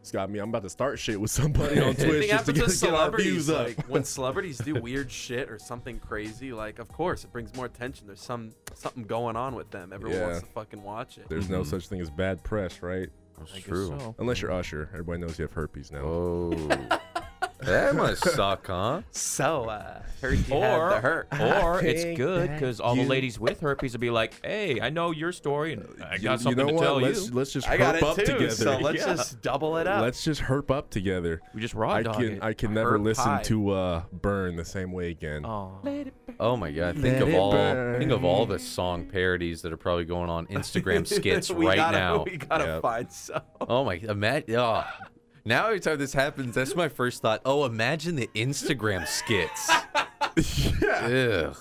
It's got me. I'm about to start shit with [laughs] somebody on Same Twitch just thing to happens get, with get our views celebrities. up. Like [laughs] when celebrities do weird shit or something crazy, like of course it brings more attention. There's some something going on with them. Everyone Yeah. wants to fucking watch it. There's Mm-hmm. no such thing as bad press, right? That's I guess true. so. Unless you're Usher. Everybody knows you have herpes now. Oh, that must suck, huh? So uh, heard you Or, had the hurt. [laughs] or think it's good that because all you- the ladies with herpes will be like, "Hey, I know your story, and I You- got you something know to what? tell let's, you." Let's just I herp got it up too. together. So let's Yeah. just double it up. Let's just herp up together. We just raw I dog can it. I can never herp listen pie. to uh, "Burn" the same way again. Aw. Oh my god! Think Let of it all burn. think of all the song parodies that are probably going on Instagram skits we right gotta, now. We gotta Yep. find some. Oh my! Imagine. Oh. Now every time this happens, that's my first thought. Oh, imagine the Instagram skits. Ugh.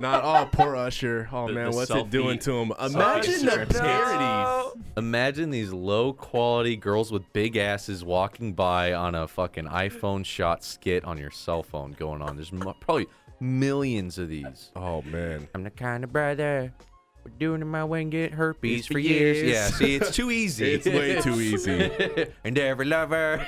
Not all poor Usher. Oh man, the what's it doing selfie- to him? Imagine the Instagram parodies. Imagine these low quality girls with big asses walking by on a fucking iPhone shot skit on your cell phone going on. There's mo- probably millions of these. Oh man, I'm the kind of brother. We're doing it my way and get herpes for years. Yeah, see, [laughs] it's too easy. it's way too easy. [laughs] and every [laughs] lover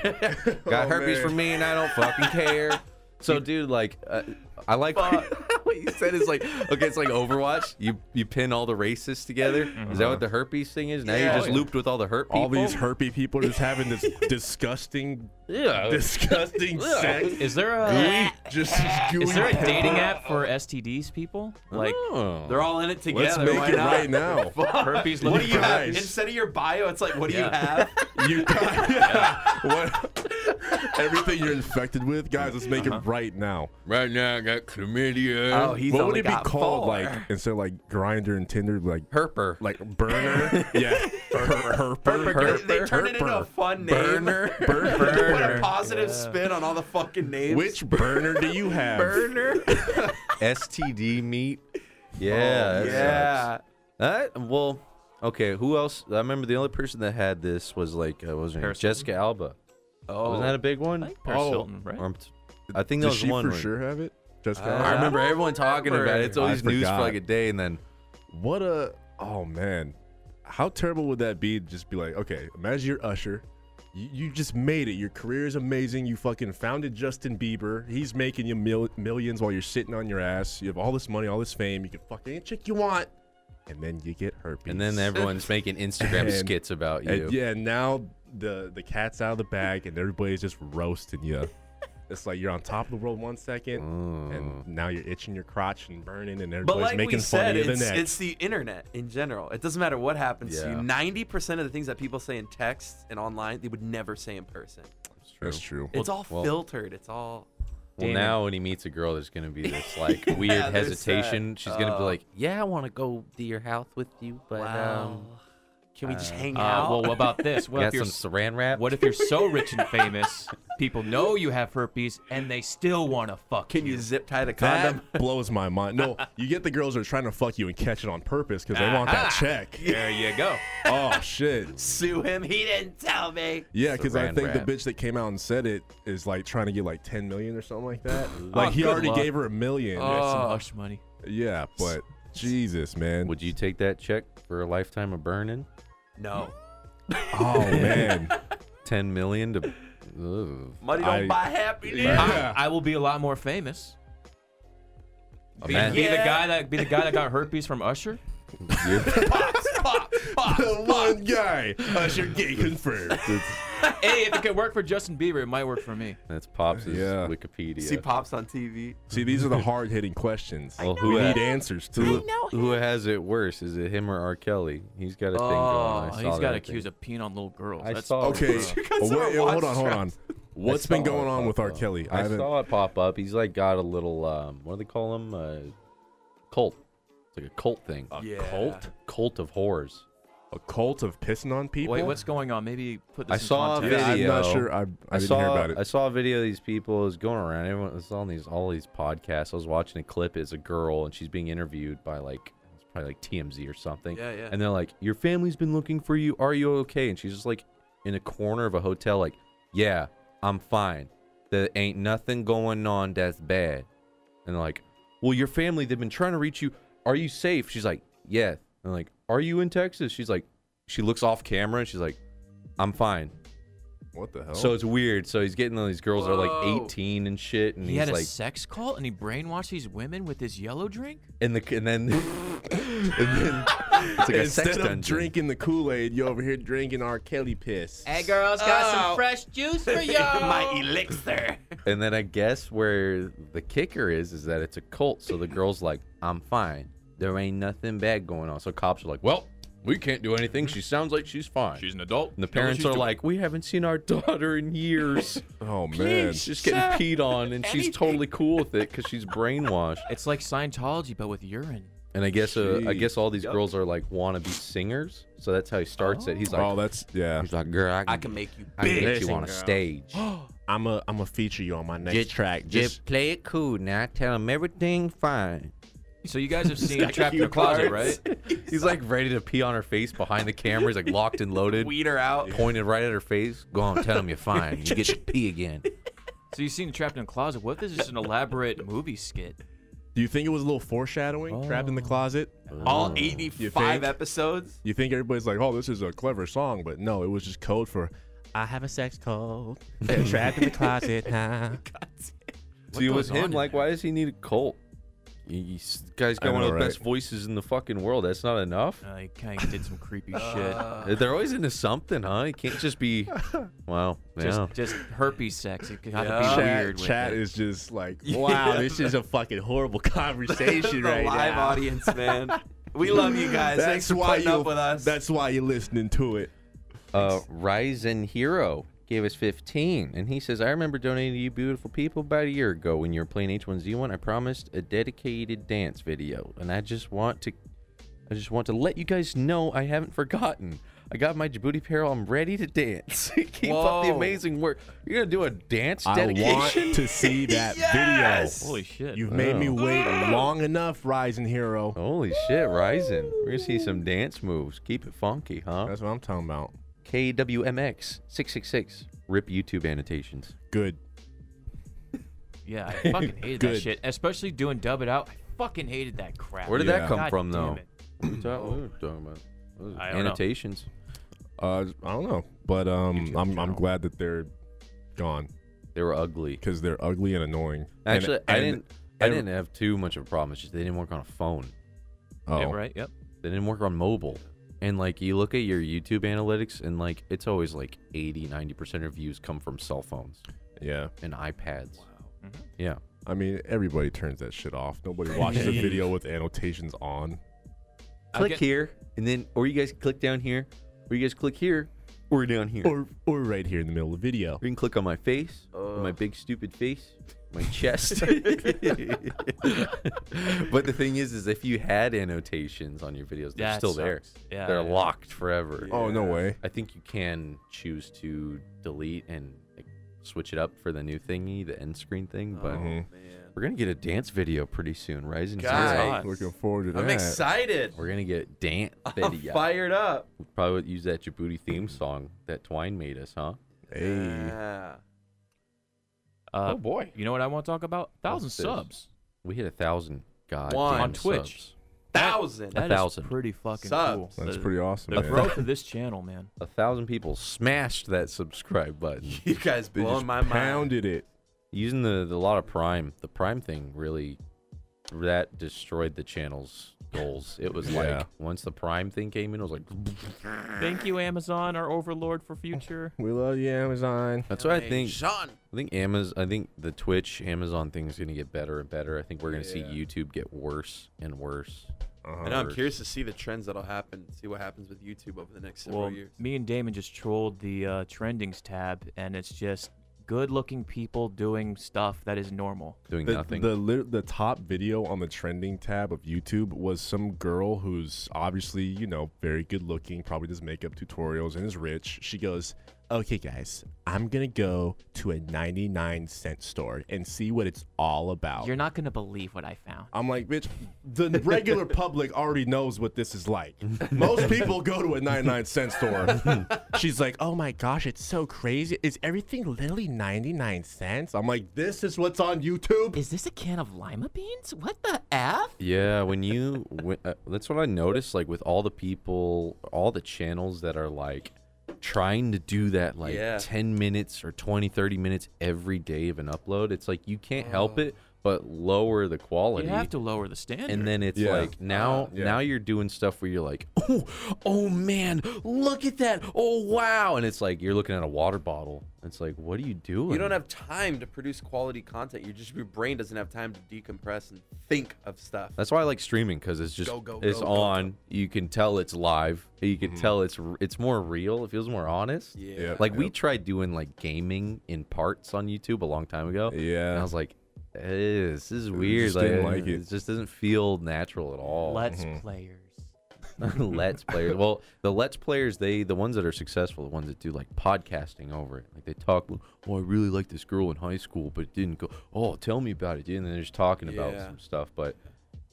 got Oh, herpes man. from me, and I don't fucking care. So, dude, like, uh, I like [laughs] what you said. Is like, okay, it's like Overwatch. You you pin all the racists together. Is that what the herpes thing is? Now you're Yeah. just looped with Uh-huh. all the herpes. All these herpy people just having [laughs] this disgusting, Oh. disgusting sex. Is there a Just [laughs] is there a dating app for STDs people? Like uh, They're all in it together. Let's make why it not? right [laughs] now. herpes looking do you for have? herpes. Instead of your bio, it's like, what do Yeah. you [laughs] have? You, yeah. What, everything you're infected with, guys. Let's make Uh-huh. it right now. right now, I got chlamydia. Oh, he's what would only it be got called? four. Like instead of like grinder and Tinder, like herper. like burner. [laughs] yeah, her, herper. They, they turn it into a herper. fun name. [laughs] Burner. Burn- Put a burner. positive spin on all the fucking names. Which burner do you have? burner? STD meat. Yeah. that yeah. That well, okay. Who else? I remember the only person that had this was like uh, what was her name? Paris Hilton. Jessica Alba. Oh, Wasn't that a big one? I think Paris Hilton, right? or- I think that Does was she one. for where- sure have it? Jessica. Uh, I Alba? remember everyone talking about it. It's I always news for forgot. like a day, and then What a oh man, how terrible would that be? to Just be like, okay, imagine you're Usher. You, you just made it. Your career is amazing. You fucking founded Justin Bieber. He's making you mil- millions while you're sitting on your ass. You have all this money, all this fame. You can fuck any chick you want, and then you get herpes. and then everyone's making Instagram And- skits about you. And yeah, now the the cat's out of the bag, and everybody's just roasting you. It's like you're on top of the world one second, Mm. and now you're itching your crotch and burning, and But everybody's like making we said, fun of you the it's, next. it's the internet in general. It doesn't matter what happens to Yeah. you. Ninety percent of the things that people say in text and online, they would never say in person. That's true. it's all well- filtered. It's all. Well, Damon. now when he meets a girl, there's gonna be this like weird Yeah, there's hesitation. that. She's gonna be Oh. like, "Yeah, I want to go to your house with you, but um, Can we just hang Uh, out? well, what about this? [laughs] What got if you're some Saran wrap." what if you're so rich and famous, people know you have herpes, and they still want to fuck Can you zip tie the condom? [laughs] That blows my mind. No, you get the girls that are trying to fuck you and catch it on purpose because they want that check. There you go. [laughs] Oh shit. Sue him. He didn't tell me. Yeah, because I Saran think wrap. the bitch that came out and said it is like trying to get like 10 million or something like that. like he good already luck. Oh. gave her a million. That's some hush money. Yeah, but Jesus, man. Would you take that check for a lifetime of burning? No. Oh man. Ten million to. Ugh. Money don't I- buy happiness. Yeah. I will be a lot more famous. Be, man. be the guy that be the guy that got herpes from Usher. [laughs] the one guy. Usher [laughs] gay confirmed. hey, if it could work for Justin Bieber, it might work for me. That's Pops' Uh, Yeah. Wikipedia. See pops on TV. See, these are the hard hitting questions. Well, we who, need ha- answers to. who has it worse? Is it him or R. Kelly? He's got a thing going Oh, on. I he's saw got that accused thing. of peeing on little girls. I That's saw it, Okay, bro. oh, are wait, watch hold on, hold on. What's I been saw it going on pop with R. up. Kelly? I, haven't- saw it pop up. He's like got a little um, what do they call him? Uh, cult. It's like a cult thing. A Yeah. cult? Cult of horrors. a cult of pissing on people. Wait, what's going on? Maybe put this I in saw a context. video. Yeah, I'm not sure. I, I, didn't saw, hear about it. I saw a video of these people. It was going around. Everyone was on these all these podcasts. I was watching a clip. It's a girl and she's being interviewed by like it's probably like TMZ or something. Yeah, yeah. And they're like, "Your family's been looking for you. Are you okay?" And she's just like in a corner of a hotel, like, "Yeah, I'm fine. There ain't nothing going on that's bad." And they're like, "Well, your family they've been trying to reach you. Are you safe?" She's like, "Yeah." And they're like, "Are you in Texas?" She's like, she looks off camera. and She's like, "I'm fine." what the hell? Oh. So it's weird. So he's getting all these girls that are Whoa. like 18 and shit, and He he's had a like, sex cult and he brainwashed these women with his yellow drink. and the and then, [laughs] and then it's like a Instead sex of dungeon. drinking the Kool Aid, you over here drinking R. Kelly piss. girls, got Oh. some fresh [laughs] juice for you. My elixir. And then I guess where the kicker is is that it's a cult. So the girl's like, I'm fine. There ain't nothing bad going on. So cops are like, well, we can't do anything. She sounds like she's fine. She's an adult. and the parents are like, we haven't seen our daughter in years. Oh man, She's just getting peed on, and she's totally cool with it because she's brainwashed. It's like Scientology, but with urine. And I guess uh, I Jeez. guess all these girls are like wannabe singers, so that's how he starts it. He's like, oh that's yeah. he's like, girl, I can, I can make you I can get Listen, you on a girl. [gasps] stage. I'm a I'm a feature you on my next track. just play it cool now. Tell him everything fine. So you guys have seen Trapped in a Closet, right? [laughs] He's like ready to pee on her face behind the camera. He's like locked and loaded, weed her out. pointed right at her face. Go on, tell him you're fine. You get to [laughs] pee again. So you've seen Trapped in a Closet. What if this is just an elaborate movie skit? do you think it was a little foreshadowing? Trapped in the closet. All You 85 think? episodes. You think everybody's like, oh, this is a clever song, but no, it was just code for I have a sex code. Trapped [laughs] in the closet. [laughs] Huh? See, it What was goes on him. in Like, there? why does he need a cult? You- you s- guy's I got one know, of the right? best voices in the fucking world. That's not enough. Uh, he kind of did some creepy Uh, shit. They're always into something, huh? You can't just be. Wow. Just, yeah. just herpes sex. It could have Yeah. to be Chat, weird. With chat it. is just like, wow, this is a fucking horrible the conversation right live now. audience, [laughs] man. We love you guys. Thanks for putting you. up with us. That's why you're listening to it. Uh, Ryzen Hero gave us 15, and he says, I remember donating to you beautiful people about a year ago when you were playing H1Z1. I promised a dedicated dance video, and I just want to, I just want to let you guys know I haven't forgotten. I got my Djibouti apparel. I'm ready to dance. [laughs] Keep up the Whoa. amazing work. You're gonna do a dance I want dedication. to see that Yes! video. Holy shit. You've made me wait long enough, Rising Hero. [laughs] Holy shit, Ryzen. We're gonna see some dance moves. Keep it funky, huh? That's what I'm talking about. KWMX six six six. Rip YouTube annotations. Good. yeah, [laughs] I fucking hated that Good. shit. Especially doing Dub It Out. I fucking hated that crap. Where did Yeah. that come God from, damn though? it. What are we talking about? Those I don't know. annotations. Uh, I don't know, but um, I'm I'm glad that they're gone They were ugly. because they're ugly and annoying. And- Actually, I and- didn't. I and- didn't have too much of a problem. It's just they didn't work on a phone. Oh, Yeah, right? Yep. They didn't work on mobile. And like you look at your YouTube analytics, and like it's always like 80, 90 percent of views come from cell phones yeah. and iPads. Mm-hmm. Yeah. I mean, everybody turns that shit off. Nobody watches a video with annotations on. I'll Click get- here, and then or you guys click down here, or you guys click here, or down here. Or or right here in the middle of the video. you can click on my face, my big stupid face, [laughs] my chest. [laughs] but the thing is, is if you had annotations on your videos, they're That still there. sucks. Yeah, they're yeah. locked forever. Oh no way. I think you can choose to delete and like, switch it up for the new thingy, the end screen thing. But Oh, we're gonna get a dance video pretty soon, Ryzen. Zero. Guys, Looking forward to that. I'm excited. We're gonna [laughs] get dance Oh, I'm video. fired up. We Probably use that Djibouti theme song that Twine made us, huh? Hey, Yeah. Uh, boy, You know what I want to talk about? Thousand What's this? subs. we hit a thousand. God One. On Twitch. Thousand. That is thousand. pretty fucking Subs. cool. that's The- pretty awesome. The Man. [laughs] growth of this channel, man. A thousand people smashed that subscribe button You guys they blowing just my mind. pounded it. using the, the lot of Prime. The Prime thing really that destroyed the channel's goals. It was Yeah. like once the Prime thing came in, it was like Thank you, Amazon, our overlord for future. We love you, Amazon. that's what I think. Sean. I think Amazon. I think the Twitch Amazon thing is gonna get better and better. I think we're gonna see YouTube get worse and worse. I know. I'm curious to see the trends that'll happen. See what happens with YouTube over the next several Well, years. me and Damon just trolled the uh, trendings tab, and it's just good-looking people doing stuff that is normal. Doing The, nothing. the lit- the top video on the trending tab of YouTube was some girl who's obviously you know very good looking, probably does makeup tutorials and is rich. She goes, "Okay, guys, I'm gonna go to a 99 cent store and see what it's all about." You're not gonna believe what I found. I'm like, bitch, the regular public already knows what this is like. Most people go to a 99 cent store. She's like, oh my gosh, it's so crazy. Is everything literally 99 cents? I'm like, this is what's on YouTube? Is this a can of lima beans? What the f? Yeah, when you when, uh, that's what I noticed. Like with all the people, all the channels that are like trying to do that like Yeah. 10 minutes or 20 30 minutes every day of an upload it's like you can't help it but lower the You quality have to lower the standard. and then it's Yeah. Uh, like now yeah. now you're doing stuff where you're like oh oh man look at that oh wow and it's like you're looking at a water bottle it's like what are you doing You don't have time to produce quality content. You just your brain doesn't have time to decompress and think of stuff. That's why I like streaming because it's just Go, go, it's go, go, Mm-hmm. on. You can tell it's live. You can tell it's r- it's more real. It feels more honest. Yeah. Like we tried doing like gaming in parts on YouTube a long time ago. Yeah. And I was like, eh, this is weird. just didn't like it. it. just doesn't feel natural at all. let's players. [laughs] Let's players. Well, the Let's players, they the ones that are successful, the ones that do like podcasting over it. Like they talk, oh, I really like this girl in high school, but it didn't go. Oh, tell me about it, dude. And then they're just talking about Yeah. some stuff. But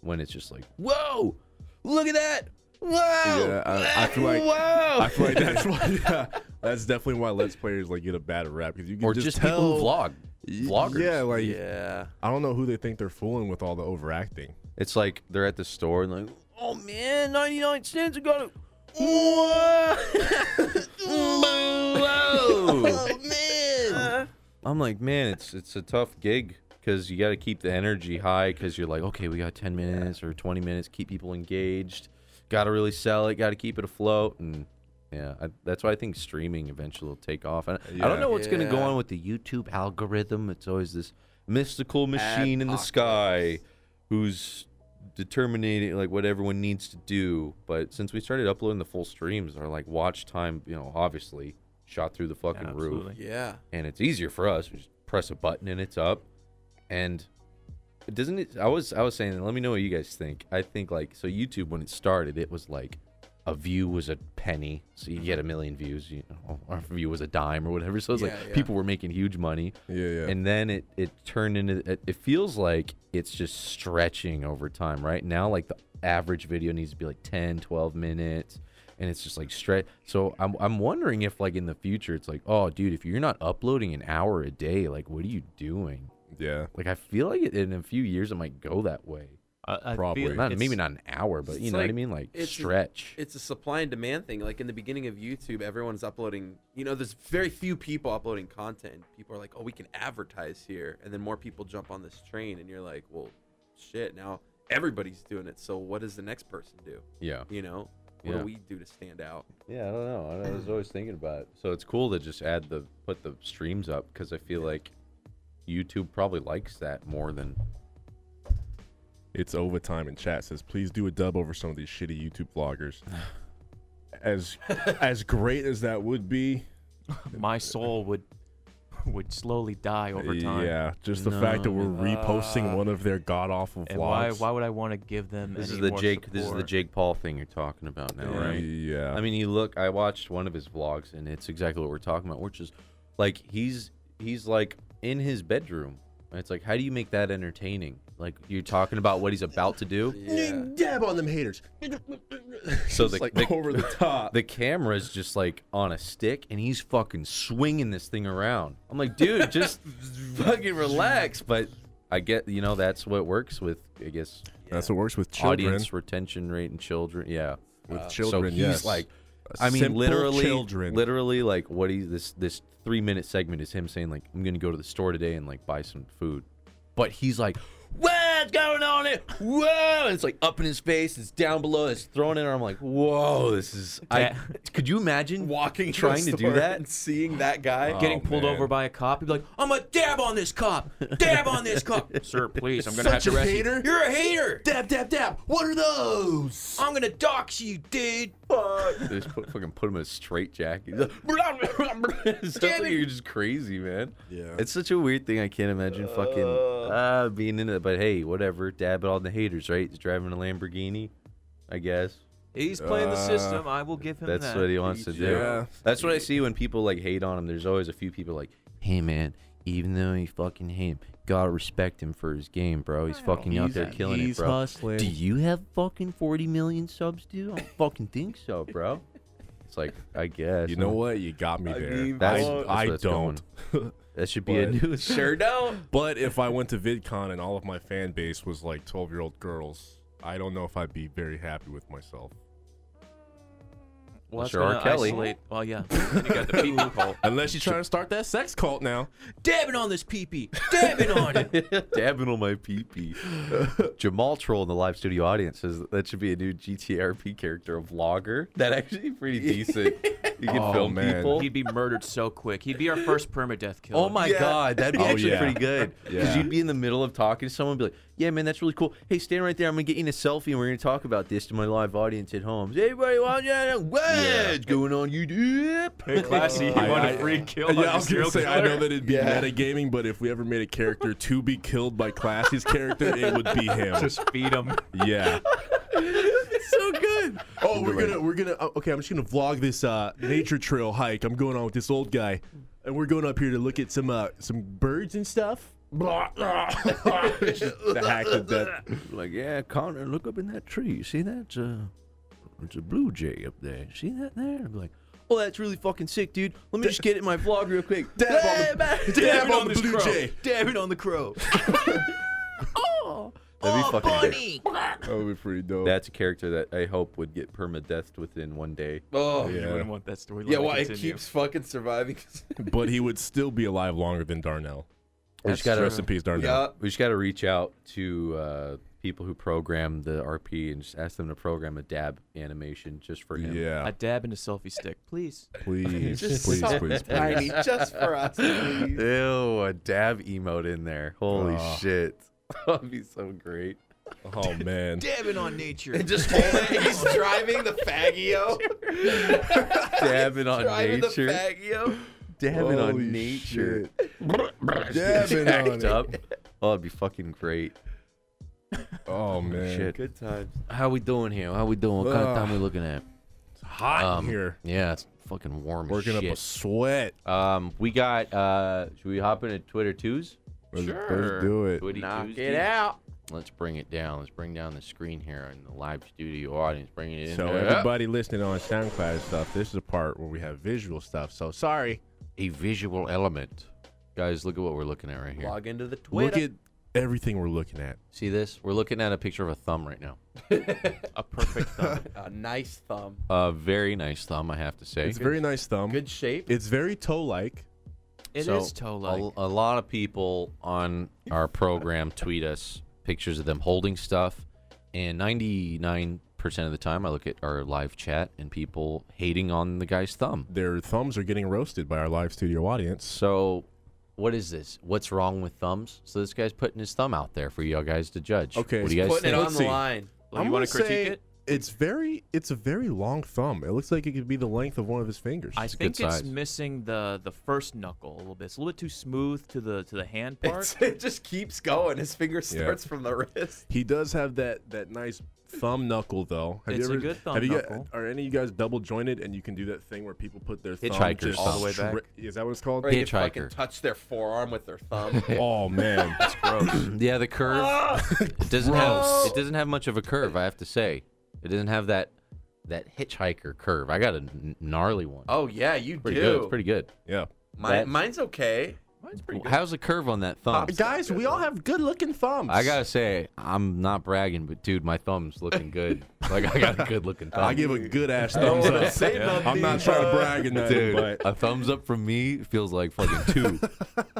when it's just like, whoa, look at that. Whoa. Yeah, I- I feel like- whoa. I feel like that's why, [laughs] yeah, that's definitely why Let's Players like get a bad rap. Because you can or just, just, tell, people who vlog. Vloggers. Yeah, like, yeah. I don't know who they think they're fooling with all the overacting. It's like they're at the store and like, oh man, 99 cents, I got it. [laughs] Whoa. man. Uh-huh. I'm like, man, it's it's a tough gig because you got to keep the energy high because you're like, okay, we got 10 minutes or 20 minutes, keep people engaged. Got to really sell it, got to keep it afloat. And yeah, I, that's why I think streaming eventually will take off. And I Yeah. don't know what's going to go Yeah. on with the YouTube algorithm. It's always this mystical machine in the Apocalypse. sky who's determining like what everyone needs to do. But since we started uploading the full streams, our like watch time, you know, obviously shot through the fucking roof. Absolutely. Yeah. And it's easier for us. We just press a button and it's up. And doesn't it I was I was saying let me know what you guys think. I think like so YouTube when it started it was like a view was a penny, so you get a million views. You know, or a view was a dime or whatever. So it's Yeah, like yeah. people were making huge money, Yeah, yeah. and then it it turned into it, it feels like it's just stretching over time right now like the average video needs to be like 10 12 minutes and it's just like stretch so I'm, I'm wondering if like in the future it's like oh dude if you're not uploading an hour a day like what are you doing yeah. like i feel like it, in a few years it might go that way I, I Probably. feel- not it's- maybe not an hour but you it's know what i like- mean like it's- stretch It's a supply and demand thing. Like in the beginning of YouTube, everyone's uploading. You know, there's very few people uploading content. People are like, "Oh, we can advertise here," and then more people jump on this train, and you're like, "Well, shit." Now everybody's doing it. So what does the next person do? yeah You know, what Yeah. do we do to stand out? Yeah, I don't know. I was always thinking about it. So it's cool to just add the put the streams up because I feel like YouTube probably likes that more than It's overtime in chat says, please do a dub over some of these shitty YouTube [sighs] vloggers. As as great as that would be, My soul would [laughs] would slowly die over time. yeah, just the fact that we're Uh, reposting one of their god awful vlogs. And why why would I want to give them? this is any the more Jake this is the support? Jake Paul thing you're talking about now, right? Yeah, I mean, you look. I watched one of his vlogs, and it's exactly what we're talking about, which is like he's he's like in his bedroom. And it's like, how do you make that entertaining? Like you're talking about what he's about to do. [laughs] Yeah. dab on them haters. So It's the, like the- [laughs] over the top. the camera's just like on a stick and he's fucking swinging this thing around. I'm like, dude, just fucking relax. But I get, you know, that's what works with, I guess, That's what works with children. audience retention rate and children. Yeah. with so children, he's yes. like, I mean, Simple literally, children. literally, like what he this this three minute segment is him saying like, I'm gonna go to the store today and like buy some food, but he's like, wow, what's going on here? Whoa! And it's like up in his face, it's down below, it's thrown in. And I'm like, whoa, this is. I, Yeah. could you imagine Walking to a trying to do store that? and seeing that guy. Getting pulled man. over by a cop, he'd be like, "I'm gonna dab on this cop, dab on this cop, sir, please. I'm gonna have to arrest you. You're a hater. Dab, dab, dab. What are those? I'm gonna dox you, dude. They just put, fucking put him in a [laughs] straight jacket. He's like, [laughs] Stuff like it. you're just crazy, man. Yeah. It's such a weird thing. I can't imagine fucking uh, being into it. But hey, whatever. Dab at all the haters, right? He's driving a Lamborghini, I guess. He's playing the Uh, system. I will give him That's that. what he wants to do. Yeah. That's what I see when people like hate on him. There's always a few people like, hey man, even though you fucking hate him, gotta respect him for his game, bro. He's fucking out there killing it, bro. hustling. Do you have fucking 40 million subs, dude? I don't [laughs] fucking think so, bro. It's like, I guess. You know what? You got me I there. mean, That's- I, that's I where it's don't. That should be a [laughs] But- news. Sure don't. but if I went to VidCon and all of my fan base was like 12 year old girls, I don't know if I'd be very happy with myself. Well, that's Sure, R. gonna Kelly. Isolate. Well, yeah. You got the [laughs] pee-pee cult. Unless you're trying to start that sex cult now. Dabbing on this pee-pee. Dabbing on [laughs] it. Dabbing on my pee [laughs] pee. Jamal Troll in the live studio audience says that should be a new GTRP character, a vlogger. That actually pretty decent. You can Oh, film man. people. He'd be murdered so quick. He'd be our first permadeath killer. Oh my god, that'd be Oh, actually yeah. pretty good. Because Yeah. you'd be in the middle of talking to someone, and be like, "Yeah, man, that's really cool. Hey, stand right there. I'm gonna get you in a selfie, and we're gonna talk about this to my live audience at home. Is Everybody, watching? what's going on YouTube? Classy. He I- wanted I- free kill. Yeah, on I was this gonna real say I killer. know that it'd be Yeah. metagaming, but if we ever made a character to be killed by Classy's character, it would be him. Just feed him. Yeah. it's so good. Oh, we're gonna we're gonna uh, okay. I'm just gonna vlog this uh, nature trail hike I'm going on with this old guy, and we're going up here to look at some uh, some birds and [laughs] stuff. Blah, blah. It's just the hack of death. Like, yeah, Connor, look up in that tree. You see that? It's a, it's a blue jay up there. You See that there? I'm like, oh, that's really fucking sick, dude. Let me just get it in my vlog real quick. Dab on the- man. dab on the blue jay. Dab it on [laughs] the crow. oh, that'd be fucking bunny. That would be pretty dope. That's a character that I hope would get permadeath within one day. Oh. [laughs] You Yeah. wouldn't want that story. Yeah, why it keeps fucking surviving. but he would still be alive longer than Darnell. We just gotta- Rest in peace, Darnell. yeah. We just got to reach out to uh, people who program the RP and just ask them to program a dab animation just for him. Yeah, A dab and a selfie stick, please. please, Just please, so please, please. tiny, just for us. please. [laughs] Ew, a dab emote in there. Holy Oh. shit. [laughs] That'd be so [laughs] great. Oh [laughs] man, Dabbing on nature. Just holding, he's driving the faggio. Dabbing on Driving the nature. faggio. Dabbing Holy on nature. [laughs] dabbing Act up. Oh, it'd be fucking great. Oh man, Shit. Good times. How we doing here? How we doing? What kind Ugh. of time we looking at? it's hot Um, in here. Yeah, it's fucking warm Working as up a shit. sweat. um, we got. uh Should we hop into Twitter twos? Let's, Sure. let's do it. Twitty Knock Tuesdays? it out. Let's bring it down. Let's bring down the screen here in the live studio audience. Bring it in. So there. everybody listening on SoundCloud and stuff, this is a part where we have visual stuff. So sorry. a visual element. Guys, look at what we're looking at right here. Log into the Look Twitter. at everything we're looking at. See this? We're looking at a picture of a thumb right now. a perfect thumb. a nice thumb. A very nice thumb, I have to say. It's a very nice thumb. Good shape. It's very toe-like. It is So, toe-like. A, a lot of people on our program tweet us pictures of them holding stuff, and 99% of the time I look at our live chat and people hating on the guy's thumb. Their thumbs are getting roasted by our live studio audience. So, what is this? What's wrong with thumbs? So this guy's putting his thumb out there for y'all guys to judge. Okay, what he's do you guys Putting think? it on Let's the see. line. I'm Like, Oh, you want gonna to critique say it? It's very it's a very long thumb. It looks like it could be the length of one of his fingers. I a good think it's size. missing the the first knuckle a little bit. It's a little bit too smooth to the to the hand part. [laughs] It's, it just keeps going. His finger Yeah. starts from the wrist. he does have that that nice thumb knuckle though. Have It's a you ever, good thumb have you got- knuckle. are any of you guys double jointed and you can do that thing where people put their thumb Hitchhiker's just thumb. All the way back. stra- Is that what it's called? Or they could Hitchhiker. fucking touch their forearm with [laughs] their thumb. Oh [laughs] man. Yeah, the curve. [laughs] it doesn't have it doesn't have much of a curve, I have to say. It doesn't have that that hitchhiker curve. I got a n- gnarly one. oh yeah, you pretty do. good. It's pretty good. yeah. Mine, mine's okay. Mine's pretty good. How's the curve on that thumb? Guys, we all have good looking thumbs. [laughs] I gotta say, I'm not bragging, but dude, my thumb's looking good. Like I got a good looking thumb. I give a good ass thumbs wanna up. say nothing, I'm not trying to but- brag or nothing, dude, but a thumbs up from me feels like [laughs] fucking two.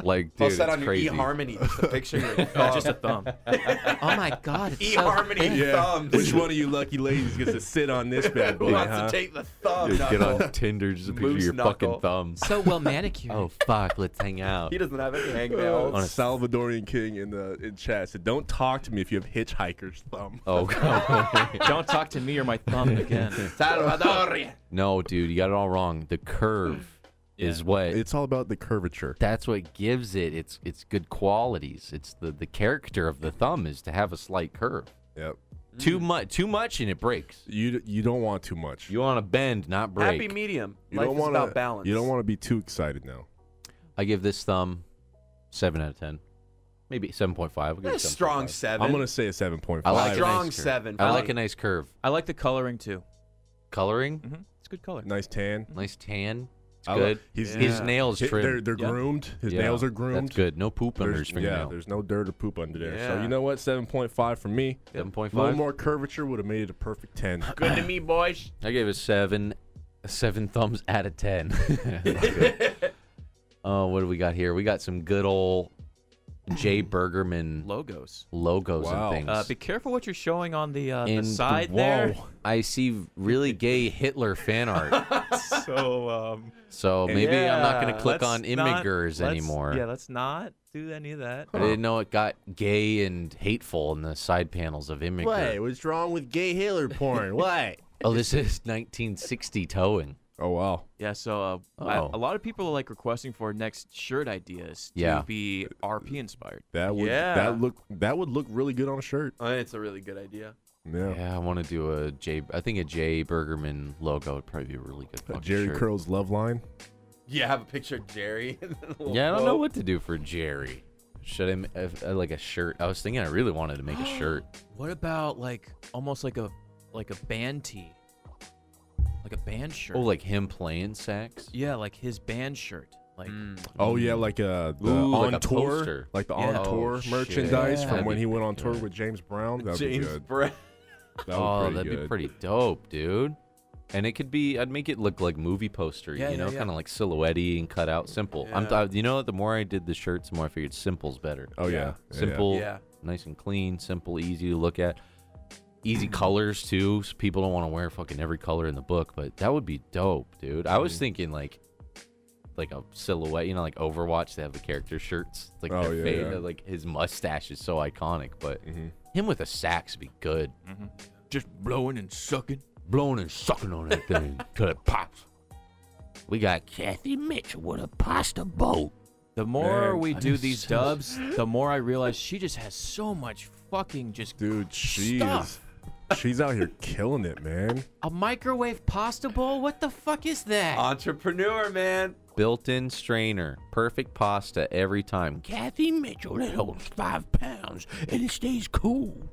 like, dude, Plus that it's on crazy. your E eHarmony, just a picture [laughs] of your Not thumb. just a thumb. oh my god, it's so eHarmony big. [laughs] yeah. thumbs. Which one of you lucky ladies gets to sit on this bad Who boy? wants huh? to take the thumb? Dude, get knuckle? on Tinder, just a picture of Moose your knuckle. fucking [laughs] thumbs. so well manicured. Oh fuck, let's hang out. He doesn't [laughs] have any on hangnails. a [laughs] Salvadorian king in the in chat said, "Don't talk to me if you have hitchhiker's thumb." Oh god. Don't talk to me or my thumb again. Salvador. no, dude, you got it all wrong. The curve is what It's all about the curvature. that's what gives it its its good qualities. It's the the character of the thumb is to have a slight curve. Yep. Too much, too much, and it breaks. You you don't want too much. You want to bend, not break. Happy medium. You Life don't is wanna- about balance. You don't want to be too excited now. I give this thumb seven out of ten, maybe seven point five. a strong seven. I'm gonna say a seven point I five. like a Strong nice curve. seven. I like Fine. a nice curve. [laughs] I like the coloring too. Coloring, Mm-hmm. It's a good color. nice tan. nice tan. It's I good. like- he's- His Yeah. nails Hi- trimmed. They're they're Yeah. groomed. His Yeah, nails are groomed. That's good. No poop under his There's, yeah, fingernail. there's no dirt or poop under there. So Yeah. you know what? Seven point five for me. Seven point A little five. more curvature would have made it a perfect [laughs] ten. Good to me, boys. I gave it seven, seven thumbs out of ten. [laughs] Oh, what do we got here? We got some good old Jay Bergerman Logos. logos Wow. and things. Uh, be careful what you're showing on the uh, the And side whoa, there. I see really gay Hitler fan art. [laughs] So um, [laughs] So maybe I'm not going to yeah, click let's on not- immigrants let's- anymore. Yeah, let's not do any of that. I didn't know it got gay and hateful in the side panels of immigrant. What's wrong with gay Hitler [laughs] porn? What? Oh, this is [laughs] 1960 towing. Oh wow. Yeah, so uh, I- Oh. a lot of people are like requesting for next shirt ideas to Yeah. be RP inspired. That would Yeah. that look that would look really good on a shirt. I think Oh, it's a really good idea. Oh. Yeah. Yeah, I want to do a Jay. I think a Jay Bergerman logo would probably be a really good. A fucking Jerry shirt. Curl's love line. Yeah, have a picture of Jerry. [laughs] and then a little Yeah, I don't know quote. what to do for Jerry. Should I m- if- uh, like a shirt? I was thinking I really wanted to make a [gasps] shirt. What about like almost like a like a band tee, like a band shirt? Oh, like him playing sax. yeah, like his band shirt. Like Oh yeah, like uh, the Mm. Ooh, on like a tour, poster. like the Yeah. on Oh, tour shit. merchandise That'd from when be he went on tour good. with James Brown. That'd James be good. Brown. [laughs] That oh, would be that'd pretty be good. pretty dope, dude. And it could be. I'd make it look like movie poster. Yeah, you know, yeah, yeah. kind of like silhouette and cut out simple. I'm. Yeah. I, you know, what? the more I did the shirts, the more I figured simple's better. Oh yeah, Yeah. yeah, simple, Yeah. nice and clean, simple, easy to look at. Easy colors too. So people don't want to wear fucking every color in the book, but that would be dope, dude. I Mm-hmm. was thinking like like a silhouette, you know, like Overwatch, they have the character shirts. Like Oh, their yeah, fade, yeah. Mm-hmm. like his mustache is so iconic, but him with a sax would be good. just blowing and sucking. Blowing and sucking on that thing till it pops. We got Kathy Mitchell with a pasta boat. The more Oh, Man, we I'm do [laughs] these so- dubs, the more I realize she just has so much fucking just yeah. Dude, she is, Stuff. she's out here killing it, man. a microwave pasta bowl. What the fuck is that? Entrepreneur, man. Built-in strainer, perfect pasta every time. Kathy Mitchell that holds five pounds and it stays cool.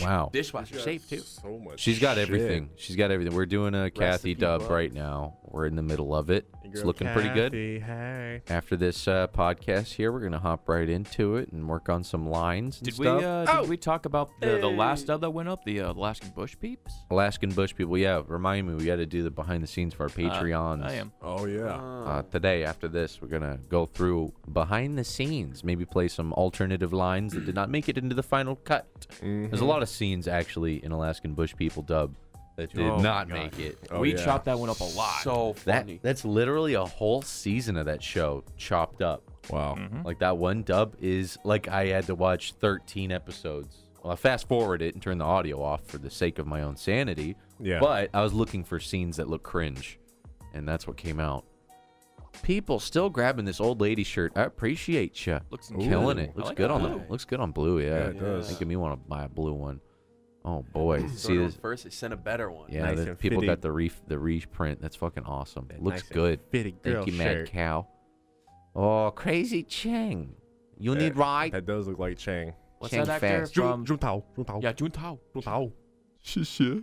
Wow. Dishwasher safe too. So much. She's got shit. everything. She's got everything. We're doing a Kathy Recipe dub book. right now. We're in the middle of it. It's looking pretty good. Hey. After this uh, podcast here, we're gonna hop right into it and work on some lines and Did we stuff. uh, did we talk about the, the last dub that went up, the uh, Alaskan Bush Peeps? Alaskan Bush people, yeah. Remind me, we got to do the behind the scenes for our Patreons. Uh, I am. Oh yeah. Uh, today, after this, we're gonna go through behind the scenes. Maybe play some alternative lines that did not make it into the final cut. There's a lot of scenes actually in Alaskan Bush people dub that did Oh, not God. make it. Oh, we yeah. chopped that one up a lot. So That funny. that's literally a whole season of that show chopped up. Wow. Like that one dub is like I had to watch 13 episodes. Well, I fast forward it and turn the audio off for the sake of my own sanity. Yeah. But I was looking for scenes that look cringe, and that's what came out. People still grabbing this old lady shirt. I appreciate you. Looks Killing incredible. it. I Looks like good that on blue. the looks good on blue. Yeah, it does. Making me want to buy a blue one. Oh [clears throat] boy, So see it went this? first, they sent a better one. Yeah, Nice the- and people fitted. got the reef the reprint. That's fucking awesome. That Looks nice and good. fitted girl Thank you, Mad shirt. Cow. Oh, crazy Chang. You need ride. That does look like Chang. What's Chang that actor Fast. from? Tao. Jun Tao. Yeah, Jun Tao. Jun Tao.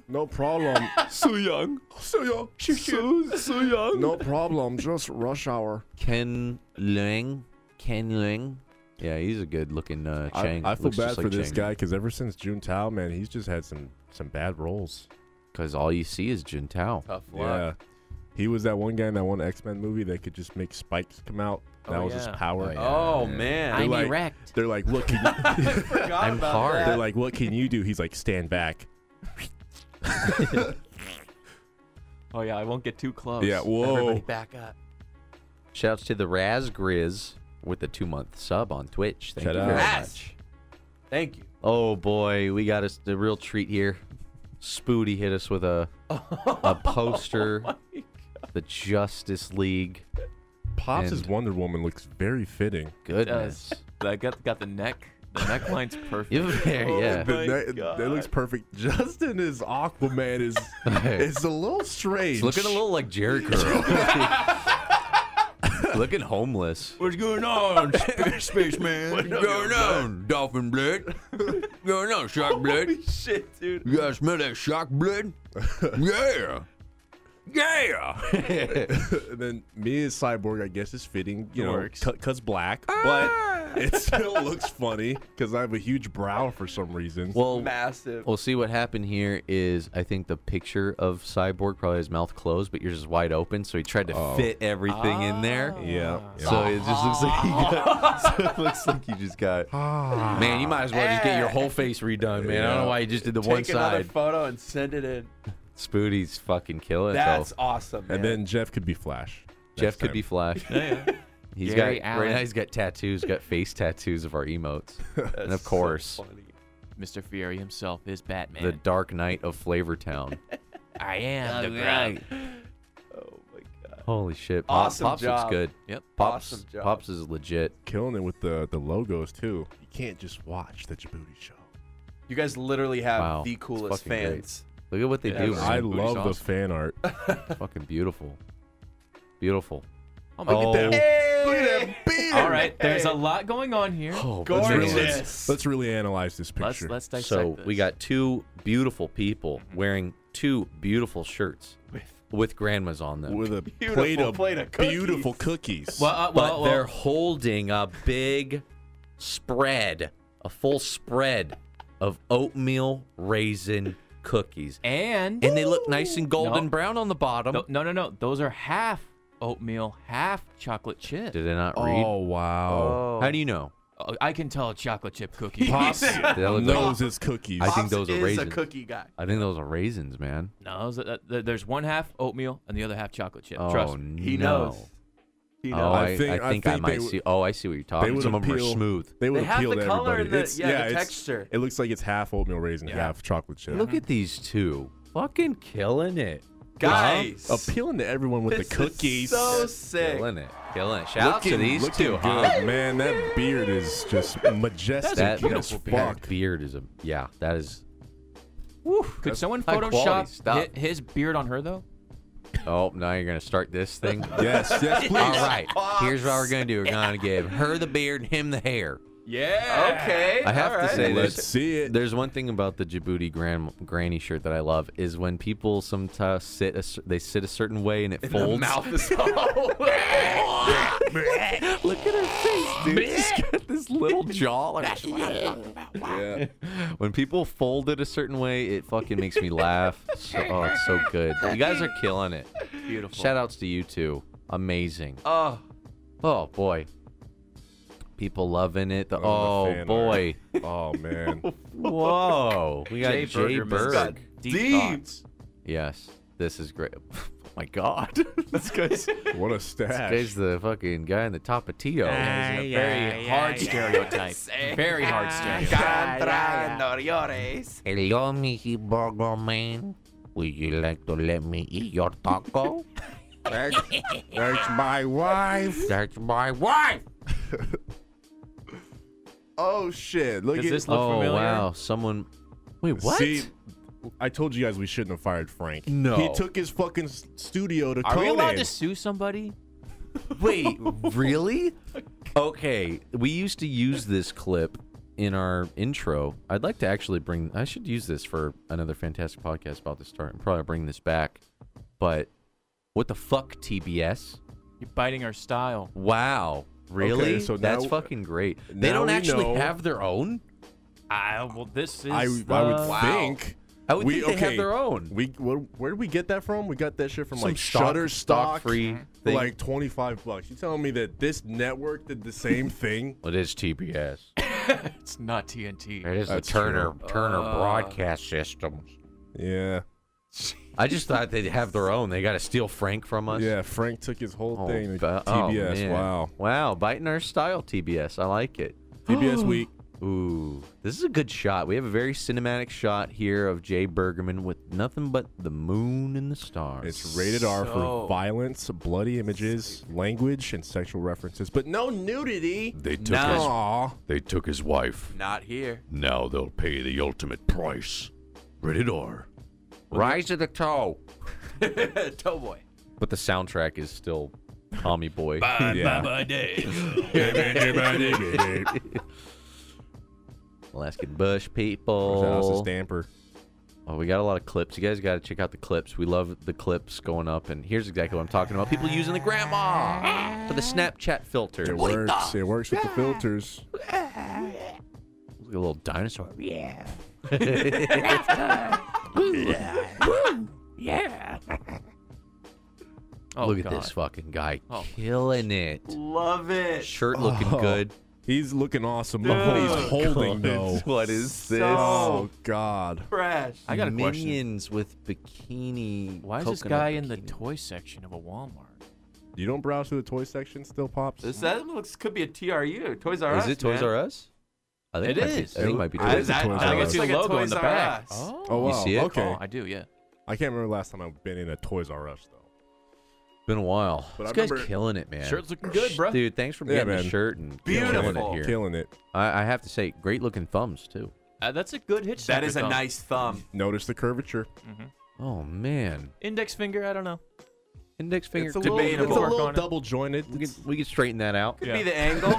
No [laughs] problem. So young. so young. So, so young. No problem. Just rush hour. Ken Leng. Ken Leng. Yeah, he's a good looking uh, Chang. I, I feel bad for this guy because ever since June Tao, man, he's just had some some bad roles. because all you see is Jin Tao. Tough Yeah. He was that one guy in that one X Men movie that could just make spikes come out. That Oh, was his yeah. power. Oh, yeah. Oh Yeah. man. They're I'm like- erect. They're like, what can [laughs] you, forgot I'm hard. they're like, what can you do? He's like, stand back. Oh yeah, I won't get too close. Yeah, whoa. Everybody back up. Shouts to the Raz Grizz with the two month sub on Twitch. Thank Shout you out. very Raz. much. Thank you. Oh boy, we got us the real treat here. Spooty hit us with a a poster, the Justice League. Pops' And- Wonder Woman looks very [laughs] fitting. Goodness, I got got the neck. The [laughs] neckline's perfect. you there? Yeah. my that, that looks God. perfect. [laughs] Justin is Aquaman [laughs] is it's a little strange. It's looking a little like Jerry Curl. looking homeless. What's [laughs] going on, space, spaceman? What's Going on, [laughs] dolphin blood. Going on, shark blood. Shit, dude. You guys smell that [laughs] shark blood? yeah. Yeah. [laughs] and then me as cyborg, I guess, is fitting. You It know, works. cu- cause black, [laughs] but it still looks funny because I have a huge brow for some reason. Well, Massive. Well, see what happened here is I think the picture of Cyborg probably has mouth closed, but yours is wide open, so he tried to fit everything in there. yeah. yeah. So it just looks like you got, [laughs] so it looks like you just got. Ah. Man, you might as well just get your whole face redone, man. I don't know why you just did the one Take another side. photo and send it in. Spooty's fucking killing it That's though. awesome. Man. and then Jeff could be Flash. Jeff next could be time. Flash. He's Gary got right Allen. now. He's got tattoos. Got face tattoos of our emotes, and of so course funny. Mr. Fury himself is Batman. the Dark Knight of Flavortown. I am the Greg. Oh my god. Holy shit! Pop- Awesome Pops job. looks good. Yep. Pops, Awesome job. Pops is legit. killing it with the the logos too. You can't just watch the Djibouti show. You guys literally have Wow, the it's coolest fucking great. fans. Look at what they Yeah, do. it's man. I Djibouti's love the awesome. fan art. Fucking beautiful. Beautiful. Oh my Oh. God. Look at that beard. All right, there's a lot going on here. Oh, Gorgeous. Let's really, let's, let's really analyze this Let's picture. let's dissect So this. we got two beautiful people wearing two beautiful shirts With- with grandmas on them. with a Beautiful plate of, plate of beautiful cookies. Well, uh, but well, they're well holding a big spread, a full spread of oatmeal raisin cookies. and And they look nice and golden No. brown on the bottom. no, no, no, no. Those are half oatmeal, half chocolate chip. Did I not read? oh wow. Oh. How do you know? Oh, I can tell a chocolate chip [laughs] cookie. Pops They look like- knows his cookies. I think Pops those are is a raisins. cookie guy. I think those are raisins, man. No, those- uh, th- there's one half oatmeal and the other half chocolate chip. Oh, Trust me. He no. knows. He Oh, knows. I, I I think- think I I, think might they would- see. Oh, I see what you're they talking. would Some of them are appeal- smooth. They would They have appeal the to color everybody. and the- it's, yeah, the it's- texture. It looks like it's half oatmeal raisin, Yeah. half chocolate chip. Look at these two. Fucking killing it. Guys, appealing to everyone with this the cookies. Is so sick. Killing it. Killing it. Shout out to these looking two, good. huh? Man, that beard is just majestic That, as that fuck. beard is a yeah. That is Could someone high quality Photoshop stuff. hi- his beard on her though? [laughs] oh now you're gonna start [laughs] this thing. Yes, yes, please. [laughs] All right, here's what we're gonna do. We're [laughs] gonna give her the beard and him the hair. Yeah. Okay. I have all to right. say Let's this. see it. There's one thing about the Djibouti gran- granny shirt that I love is when people sometimes sit a, cer- they sit a certain way and it folds. The mouth is all. Look at her face, [laughs] dude. She's got [laughs] this little jaw. Like, Yeah. when people fold it a certain way, it fucking makes [laughs] me laugh. So, oh, it's so good. You guys are killing it. Beautiful. Shout outs to you two. Amazing. oh, Oh boy. People loving it. The, Oh, the oh fan boy. Oh [laughs] man. Whoa. We got Jay, Bergerman's Berg. got Deep. thoughts. Yes. This is great. [laughs] Oh my god. this guy's What a stash. Guy's the fucking guy in the top of Tio. That is a very [laughs] hard stereotype. Very hard stereotype. Hello, Mickey Burger Man. Would you like to let me eat your taco? That's, that's my wife. That's my wife. Oh shit. Look Does at [laughs] this look Oh familiar? wow. Someone Wait, what? See, I told you guys we shouldn't have fired Frank. No. He took his fucking s- studio to Are we Conan. allowed to sue [laughs] somebody? Wait, Oh really? Okay, we used to use this clip in our intro. I'd like to actually bring. I should use this for another fantastic podcast about to start, and probably bring this back. But what the fuck, TBS? You're biting our style. Wow, Really? so That's now- fucking great. They now don't we actually know- have their own. I well, this is. I, I would the- think. I would we, think they have okay, their own. We where, where did we get that from? We got that shit from Some like stock- Shutterstock, free for thing. like twenty five bucks. You telling me that this network did the [laughs] same thing? Well, it is TBS. It's not TNT. It is That's the Turner Turner Uh, Broadcast Systems. Yeah, I just thought they'd have their own. They got to steal Frank from us. yeah. Frank took his whole Oh, thing. To ba- oh, TBS. man. [gasps] wow. Wow. Biting our style, TBS. I like it. TBS week. Ooh, this is a good shot. We have a very cinematic shot here of Jay Bergerman with nothing but the moon and the stars. It's rated R So- for violence, bloody images, language, and sexual references, but no nudity. They took his Aw. they took his wife. Not here. Now they'll pay the ultimate price. Rated R. Rise of the Toe. [laughs] Toe boy. but the soundtrack is still Tommy Boy. Yeah. Alaskan Bush Shout out to people. Stamper. Oh, we got a lot of clips. You guys got to check out the clips. We love the clips going up, and here's exactly what I'm talking about. People using the grandma for the Snapchat filter. It Look works. It works with the filters. at the little dinosaur. Yeah. Oh, Look God. at this fucking guy Oh. killing it. Love it. Shirt looking Oh. good. He's looking awesome. Look what he's holding though. What is this? Oh God. Fresh. I got a question. Minions with bikini. Why is this coconut guy in the bikini. toy section of a Walmart? You don't browse through the toy section still, pops. This that looks could be a TRU. Toys R Is Us. it Toys man. R Us? I think It might be- is. I think it might be It Toys is a R Toys Us. R I Us. can see Looks the like a logo in Toys the R back. Us. oh wow. you see it? Okay. Oh, I do, yeah. I can't remember the last time I've been in a Toys R Us though. Been a while. But this I guy's remember- killing it, man. Shirt's looking good, bro. Dude, thanks for Yeah, getting the man. shirt and killing it Beautiful. here. Killing it. I, I have to say, great looking thumbs too. Uh, that's a good hitch. That is a thumb. nice thumb. Notice the curvature. Oh man, index finger. I don't know. index finger. It's a little, Debatable. it's a Work on little it. double jointed. we, could, we could straighten that out. Could be the [laughs] angle.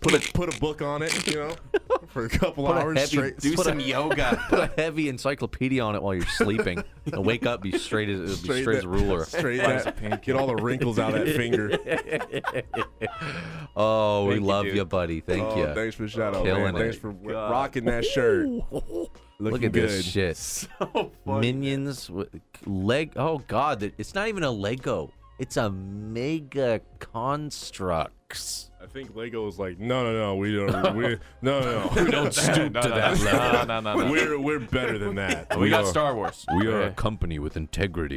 Put a put a book on it, you know, [laughs] for a couple Put a hours heavy straight. Do Put a- some [laughs] yoga. Put a heavy encyclopedia on it while [laughs] you're sleeping. and wake up, be straight as it'll Straight be straight as a that- [laughs] ruler. Straight that, get all the wrinkles out of that finger. Oh, we Thank you, love dude. you, buddy. [laughs] Thank Oh, you. Thanks for the shout out, Killing man. it. Thanks for w- rocking that shirt. Looking Look at good. this shit. Minions with leg. Oh god, that- it's not even a Lego. It's a mega constructs. I think Lego was like, no, no, no, we don't, [laughs] we, no, no, no, we don't stoop [laughs] No, to no, that no, level. no, no, no. We're we're better than [laughs] that. We got are- Star Wars. We are a Okay. company with integrity.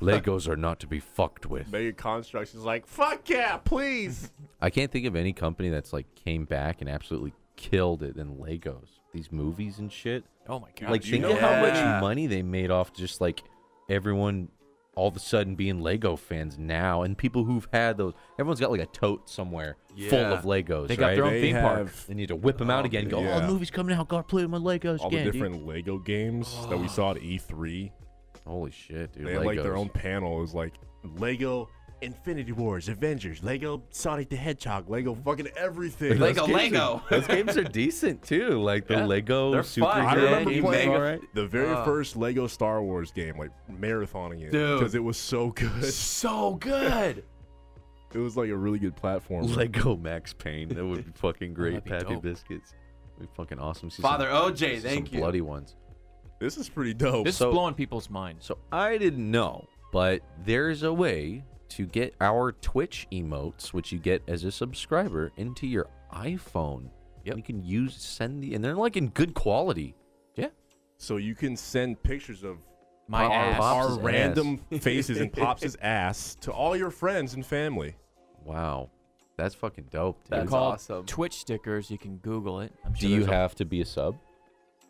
Legos are not to be fucked with. Mega Constructs is like, fuck yeah, please. I can't think of any company that's like came back and absolutely killed it than Legos. These movies and shit. Oh my god. Like you think know of how Yeah. much money they made off just like everyone all of a sudden being Lego fans now and people who've had those everyone's got like a tote somewhere full Yeah. of Legos. They got right? their own They theme park. have They need to whip them out again. and Go, yeah. oh, the movie's coming out. Gotta play with my Legos all the again. dude." different Lego games that we saw at E E3. Holy shit, dude! They had like their Legos. own panel. It was like Lego Infinity Wars, Avengers, Lego Sonic the Hedgehog, Lego fucking everything. Those Lego games Lego. Are, those games are decent too. Like the Yeah, Lego they're Super fun. I Yeah, remember you games, playing all mega- right? the very Ah. first Lego Star Wars game, like marathoning it, Dude. because it was so good. [laughs] so good. It was like a really good platform. [laughs] Lego Max Payne. That would be fucking great. that'd be Pappy dope. biscuits. That'd be fucking awesome. See some- Father see OJ, some thank you. Bloody ones. This is pretty dope. This So- is blowing people's minds. So I didn't know, but there's a way to get our Twitch emotes, which you get as a subscriber, into your iPhone. Yep. You can use send the and they're like in good quality. Yeah. so you can send pictures of My Our ass. Pops' our ass. random faces and pops' ass to all your friends and family. Wow. That's fucking dope, dude. They're That's called awesome. Twitch stickers. You can Google it. I'm Do sure you there's a- have to be a sub?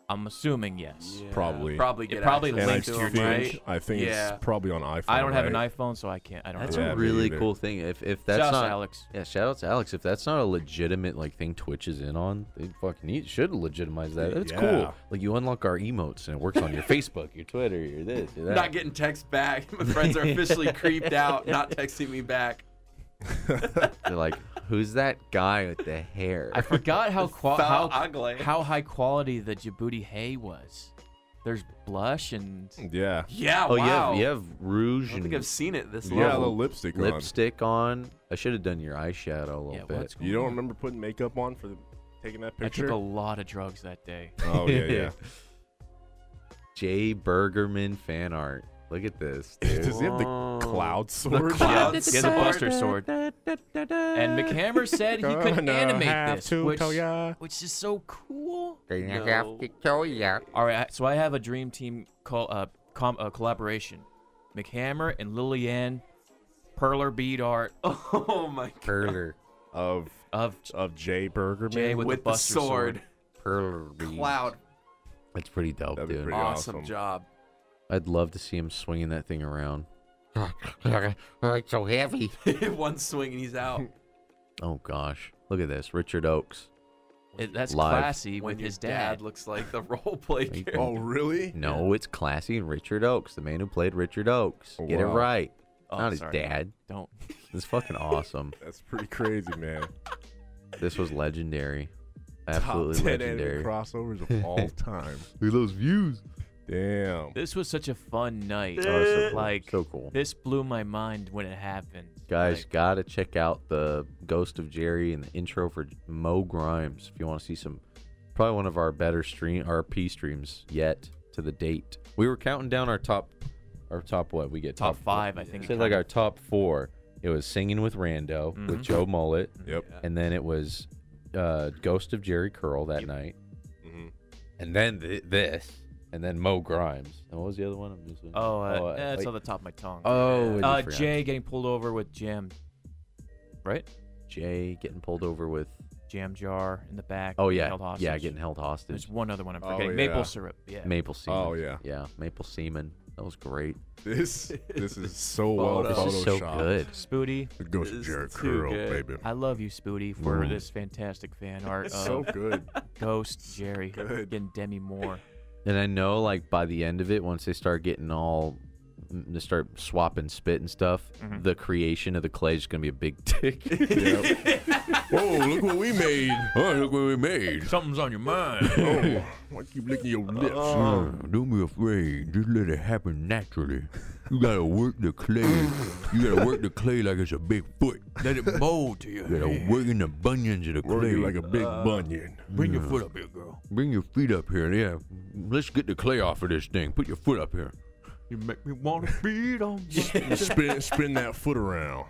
I'm assuming yes. Probably. Probably It get probably access And I links to to your think, 'em, Twitch. right? I think Yeah. it's probably on iPhone. I don't have an right? iPhone, so I can't. I don't. That's know. Yeah, a me really either. cool thing. If if that's Shout out to not Alex. yeah, shout out to Alex. If that's not a legitimate like thing Twitch is in on, they fucking need, should legitimize that. It's Yeah. cool. Like you unlock our emotes and it works on your Facebook, your Twitter, your this, your that. Not getting texts back. [laughs] My friends are officially creeped out, not texting me back. They're like, who's that guy with the hair? [laughs] I forgot how qua- Foul how ugly. how high quality the Djibouti hay was. There's blush and Yeah. yeah. Oh, wow. you have you have I rouge don't and think I've seen it this Yeah, the well, level. lipstick on. lipstick on. I should have done your eyeshadow a little Yeah, bit. what's going You don't on? remember putting makeup on for the, taking that I took picture? a lot of drugs that day. oh yeah, [laughs] yeah. Jay Bergerman fan art. Look at this. dude. Does he have the cloud sword? Yeah, he has a Buster sword. And McCammer said he [laughs] could animate this, which, which is so cool. Gonna [laughs] have to tell ya. All right, I- so I have a dream team call uh, com- uh, collaboration: McHammer and Lillian, Perler Bead Art Oh my god. Perler. of of of Jay Bergerman. Jay with, With the the Buster sword. sword. Perler. Reed. Cloud. That's pretty dope, That'd be dude. pretty Awesome, awesome. [laughs] job. I'd love to see him swinging that thing around. It's so heavy. One swing and he's [laughs] out. Oh gosh, look at this, Richard Oakes. It- that's Live. classy When with your his dad. looks like [laughs] the role play Like, character. [laughs] Oh really? No, it's classy. Richard Oakes, the man who played Richard Oakes. Get it Wow. right. Oh, Not his sorry. dad. Don't. This is fucking awesome. That's pretty crazy, [laughs] man. This was [laughs] legendary. Absolutely Top ten legendary. anime crossovers of [laughs] all time. Look at those views. Damn. This was such a fun night. Oh, it's so cool. like so cool. this blew my mind when it happened. Guys, Like, gotta check out the Ghost of Jerry and the intro for Mo Grimes if you want to see some, probably one of our better stream RP streams yet to the date. We were counting down our top, our top what we get top five, I think. Say it like our counted. top four. It was singing with Rando with Mhm. Joe Mullet, Yep. and then it was uh, Ghost of Jerry Curl that night, Mhm. and then th- this, and then Mo Grimes. And what was the other one? I'm just- oh, uh, I- eh, it's like- on the top of my tongue. oh, I uh, forgot. Jay getting pulled over with Jim. Right? Jay getting pulled over with. Jam jar in the back. Oh being yeah, held hostage. yeah, getting held hostage. There's one other one I'm Oh, forgetting. yeah. Maple syrup. Yeah. Maple semen. Oh, yeah. yeah, maple semen. That was great. Oh, This this is so well This Oh, photoshopped. is so good. Spooty, It goes This Jared is too Curl, good. baby. I love you, Spooty, for Mm. this fantastic fan art of So good. Ghost Jerry Good. and Demi Moore. And I know, like by the end of it, once they start getting all, m- they start swapping spit and stuff. Mm-hmm. The creation of the clay is gonna be a big [laughs] dick. Yep. Whoa! Look what we made. Oh, look what we made. Something's on [laughs] your mind. Oh, [laughs] why keep licking your lips? Don't be afraid. Just let it happen naturally. You gotta work the clay. You gotta work the clay like it's a big foot. Let it mold to You you. gotta work in the bunions of the Roll clay. you like a big bunion. Bring your foot up here, girl. Bring your feet up here. Yeah, let's get the clay off of this thing. Put your foot up here. you make me want to beat on you. [laughs] spin spin that foot around.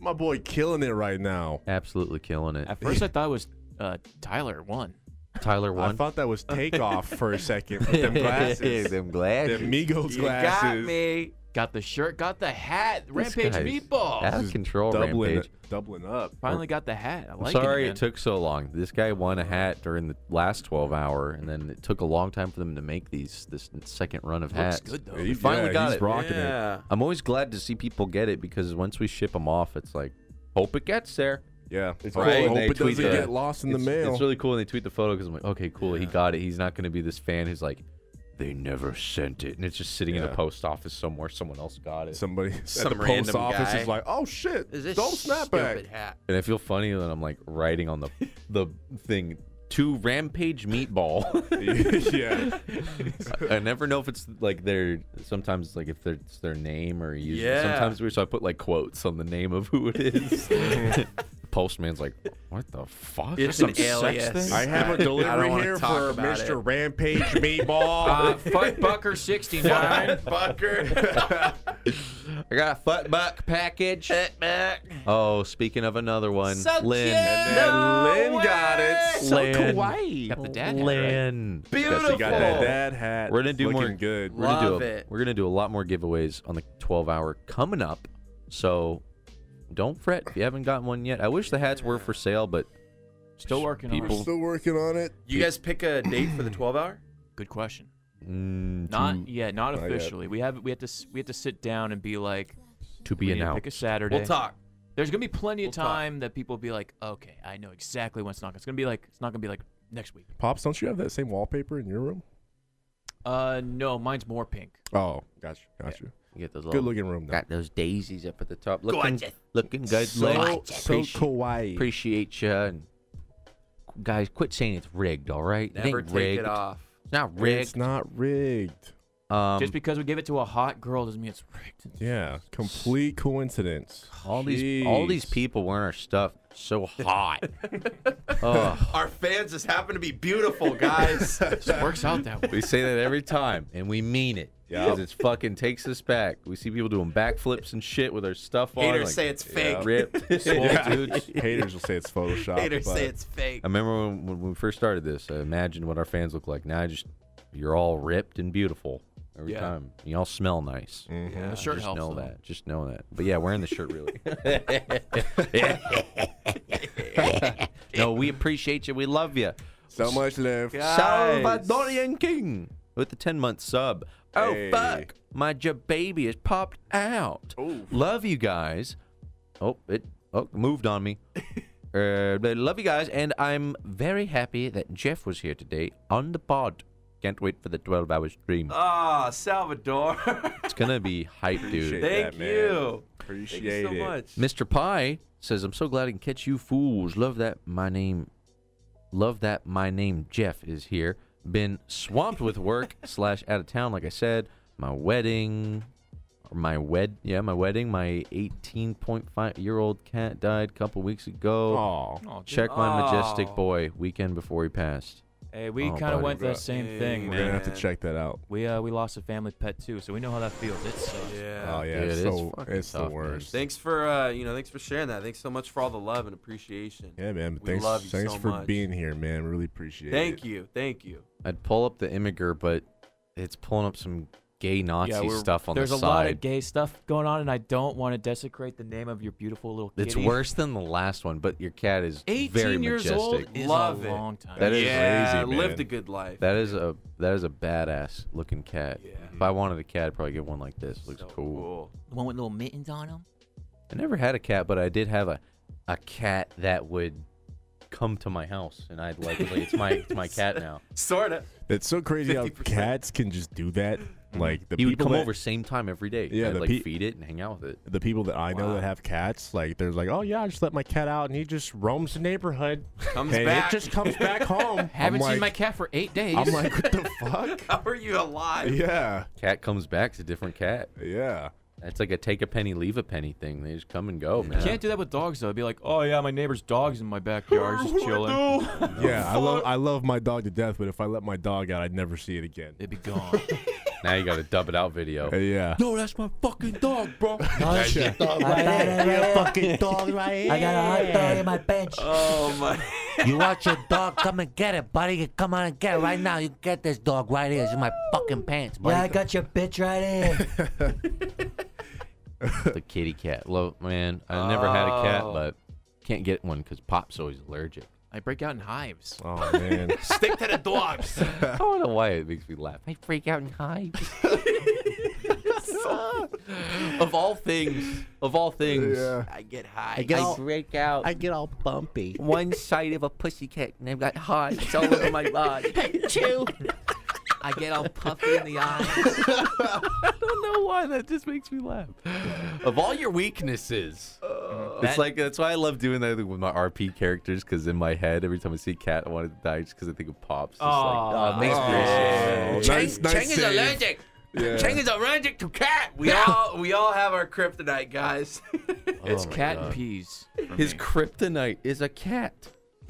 My boy killing it right now. Absolutely killing it. [laughs] At first, I thought it was uh, Tyler one. Tyler I won. [laughs] thought that was takeoff for a second with them Yeah, glasses. them glasses. them Migos glasses. me. Got the shirt, got the hat. This Rampage guy's meatball. Out of Just control. Doubling, Rampage. doubling up. Finally got the hat. I I'm like sorry it. it, man. took so long. This guy won a hat during the last 12 hour, and then it took a long time for them to make these this second run of Looks hats. good though. He finally got he's it. rocking it. Yeah. I'm always glad to see people get it because once we ship them off, it's like hope it gets there. Yeah. It's cool when Hope they it tweet doesn't the- get lost in the it's, mail. It's really cool when they tweet the photo because I'm like, okay, cool, he got it. He's not going to be this fan who's like, they never sent it, and it's just sitting in Yeah. a post office somewhere. Someone else got it. Somebody Some at the post random office guy. is like, oh shit, Is this don't snap back. [laughs] [laughs] stupid hat? and I feel funny that I'm like [laughs] writing on the the thing to Rampage Meatball. [laughs] yeah. I never know if it's like their sometimes it's like if they're, it's their name or you Yeah. sometimes we so I put like quotes on the name of who it is. [laughs] Postman's like, what the fuck? It's Some an sex alias. thing?" I have a delivery wanna here talk for about Mr. [laughs] it. Rampage Meatball. Uh, Fuck Bucker 69. [laughs] I got a foot buck package. Oh, speaking of another one, Lynn. and then Lynn got [laughs] it. Lynn. Got the dad hat, right? Lynn. Yes, She got that dad hat. We're gonna do Looking more- good. We're gonna do Love a, it. We're gonna do a lot more giveaways on the 12 hour coming up. So don't fret if you haven't gotten one yet. I wish the hats were for sale, but Still working on people it. Still working on it. You guys pick a date for the 12 hour? Good question. mm, Not yeah, not yet. officially. We have we have to s- we have to sit down and be like to, to we be need to pick a announced. Saturday. We'll talk. There's gonna be plenty of We'll talk. time that people be like, okay, I know exactly when it's not. It's gonna be like it's not gonna be like next week. Pops, don't you have that same wallpaper in your room? Uh, no, mine's more pink. Oh, gotcha, gotcha. You get those Good little, looking room. Though. got those daisies up at the top. Looking, looking good. So, Lynn. so Appreciate- kawaii. Appreciate you. And guys, quit saying it's rigged, all right? It Never ain't take rigged. it off. It's not rigged. It's not rigged. Um, Just because we give it to a hot girl doesn't mean it's rigged. Yeah, complete coincidence. all these all these Jeez. people wearing our stuff so hot. Ugh. Our fans just happen to be beautiful, guys. It works out that way. We say that every time, and we mean it. Yep. Because it's fucking takes us back. We see people doing backflips and shit with our stuff on. Haters like, say it's fake. [laughs] Ripped, swole [laughs] dudes. Haters will say it's Photoshop. Haters but say it's fake. I remember when, when we first started this, I imagined what our fans look like. Now I just, you're all ripped and beautiful every Yeah. time. You all smell nice. The shirt just helps. know though. that. Just know that. But yeah, wearing the shirt really. [laughs] [laughs] no, we appreciate you. We love you. so much left. Salvadorian King with the 10 month sub. Oh, Hey. fuck. My j- baby has popped out. Love you guys. Oh, it oh, moved [laughs] on me. uh, but love you guys. And I'm very happy that Jeff was here today on the pod. Can't wait for the 12 hour stream. Ah, [laughs] Salvador. It's going to be hype, dude. Appreciate Thank that, man. you. Appreciate Thank you so it. much. Mr. Pie says, I'm so glad I can catch you fools. Love that my name love that my name Jeff is here. Been swamped with work [laughs] slash out of town, like I said. My wedding or my wed yeah, my wedding. My eighteen point five year old cat died a couple weeks ago. Aw. Oh, dude. Check my majestic Aw. boy weekend before he passed. Hey, we Oh, kind of buddy. went the same thing, Hey, We're gonna man. have to check that out. We uh we lost a family pet too, so we know how that feels. It's uh, Yeah. oh yeah, dude, it's, it's so, it's, fucking the tough, man. worst. Thanks for uh, you know, thanks for sharing that. Thanks so much for all the love and appreciation. Yeah, man. We Thanks, love you thanks so for much. being here, man. Really appreciate it. Thank you, thank you. I'd pull up the immigrant, but it's pulling up some gay Nazi yeah, we're- stuff on There's the a side. lot of gay stuff going on, and I don't want to desecrate the name of your beautiful little kitty. It's worse than the last one, but your cat is 18 very years majestic. old? Is Love a it. long time. That is yeah, crazy, lived man. a good life. That is a that is a badass looking cat. If I wanted a cat, I'd probably get one like this. Looks So cool. the one with little mittens on him. I never had a cat, but I did have a a cat that would come to my house, and I'd like, like, it's my it's my cat now. Sorta. [laughs] It's so crazy how 50%. cats can just do that. Like the He would people come that, over same time every day. Yeah, I'd, the like pe- feed it and hang out with it. the people that I know Wow. that have cats, like they're like, oh yeah, I just let my cat out and he just roams the neighborhood Comes and back. it just comes back home. I'm Haven't seen like- my cat for eight days. I'm like, what the fuck? [laughs] How are you alive? yeah, Cat comes back, it's a different cat. yeah. It's like a take a penny, leave a penny thing. They just come and go, man. Can't do that with dogs though. It'd be like, oh yeah, my neighbor's dog's in my backyard, just chilling. Yeah, I love I love my dog to death, but if I let my dog out, I'd never see it again. It'd be [laughs] gone. now you got a dub it [laughs] out video. Uh, yeah. No, Oh, that's my fucking dog, [laughs] bro. fucking dog right here. I got a hot dog in my bench. Oh my. You want your dog? Come and get it, buddy. You come on and get it right now. You get this dog right here. It's in my fucking pants, buddy. Yeah, I got your bitch right here. the kitty cat. Lo man, I never had a cat, Oh. but can't get one because Pop's always allergic. I break out in hives. Oh man. Stick to the dogs. [laughs] I don't know why it makes me laugh. I freak out and [laughs] hide. [laughs] Of all things, of all things, I get high. I freak out. I get all bumpy. One side of a pussy cat, and I've got hives all over [laughs] my body. Chew. I get all puffy in the eyes. [laughs] I don't know why that just makes me laugh. of all your weaknesses, Uh, it's like that's why I love doing that with my RP characters because in my head, every time I see a cat, I want it to die just because I think of Pop's. Just like, oh, it makes me Oh, nice, nice save. Yeah. is allergic to cat. We all we all have our kryptonite, [laughs] guys. Oh it's cat and peas. for His me. kryptonite is a cat.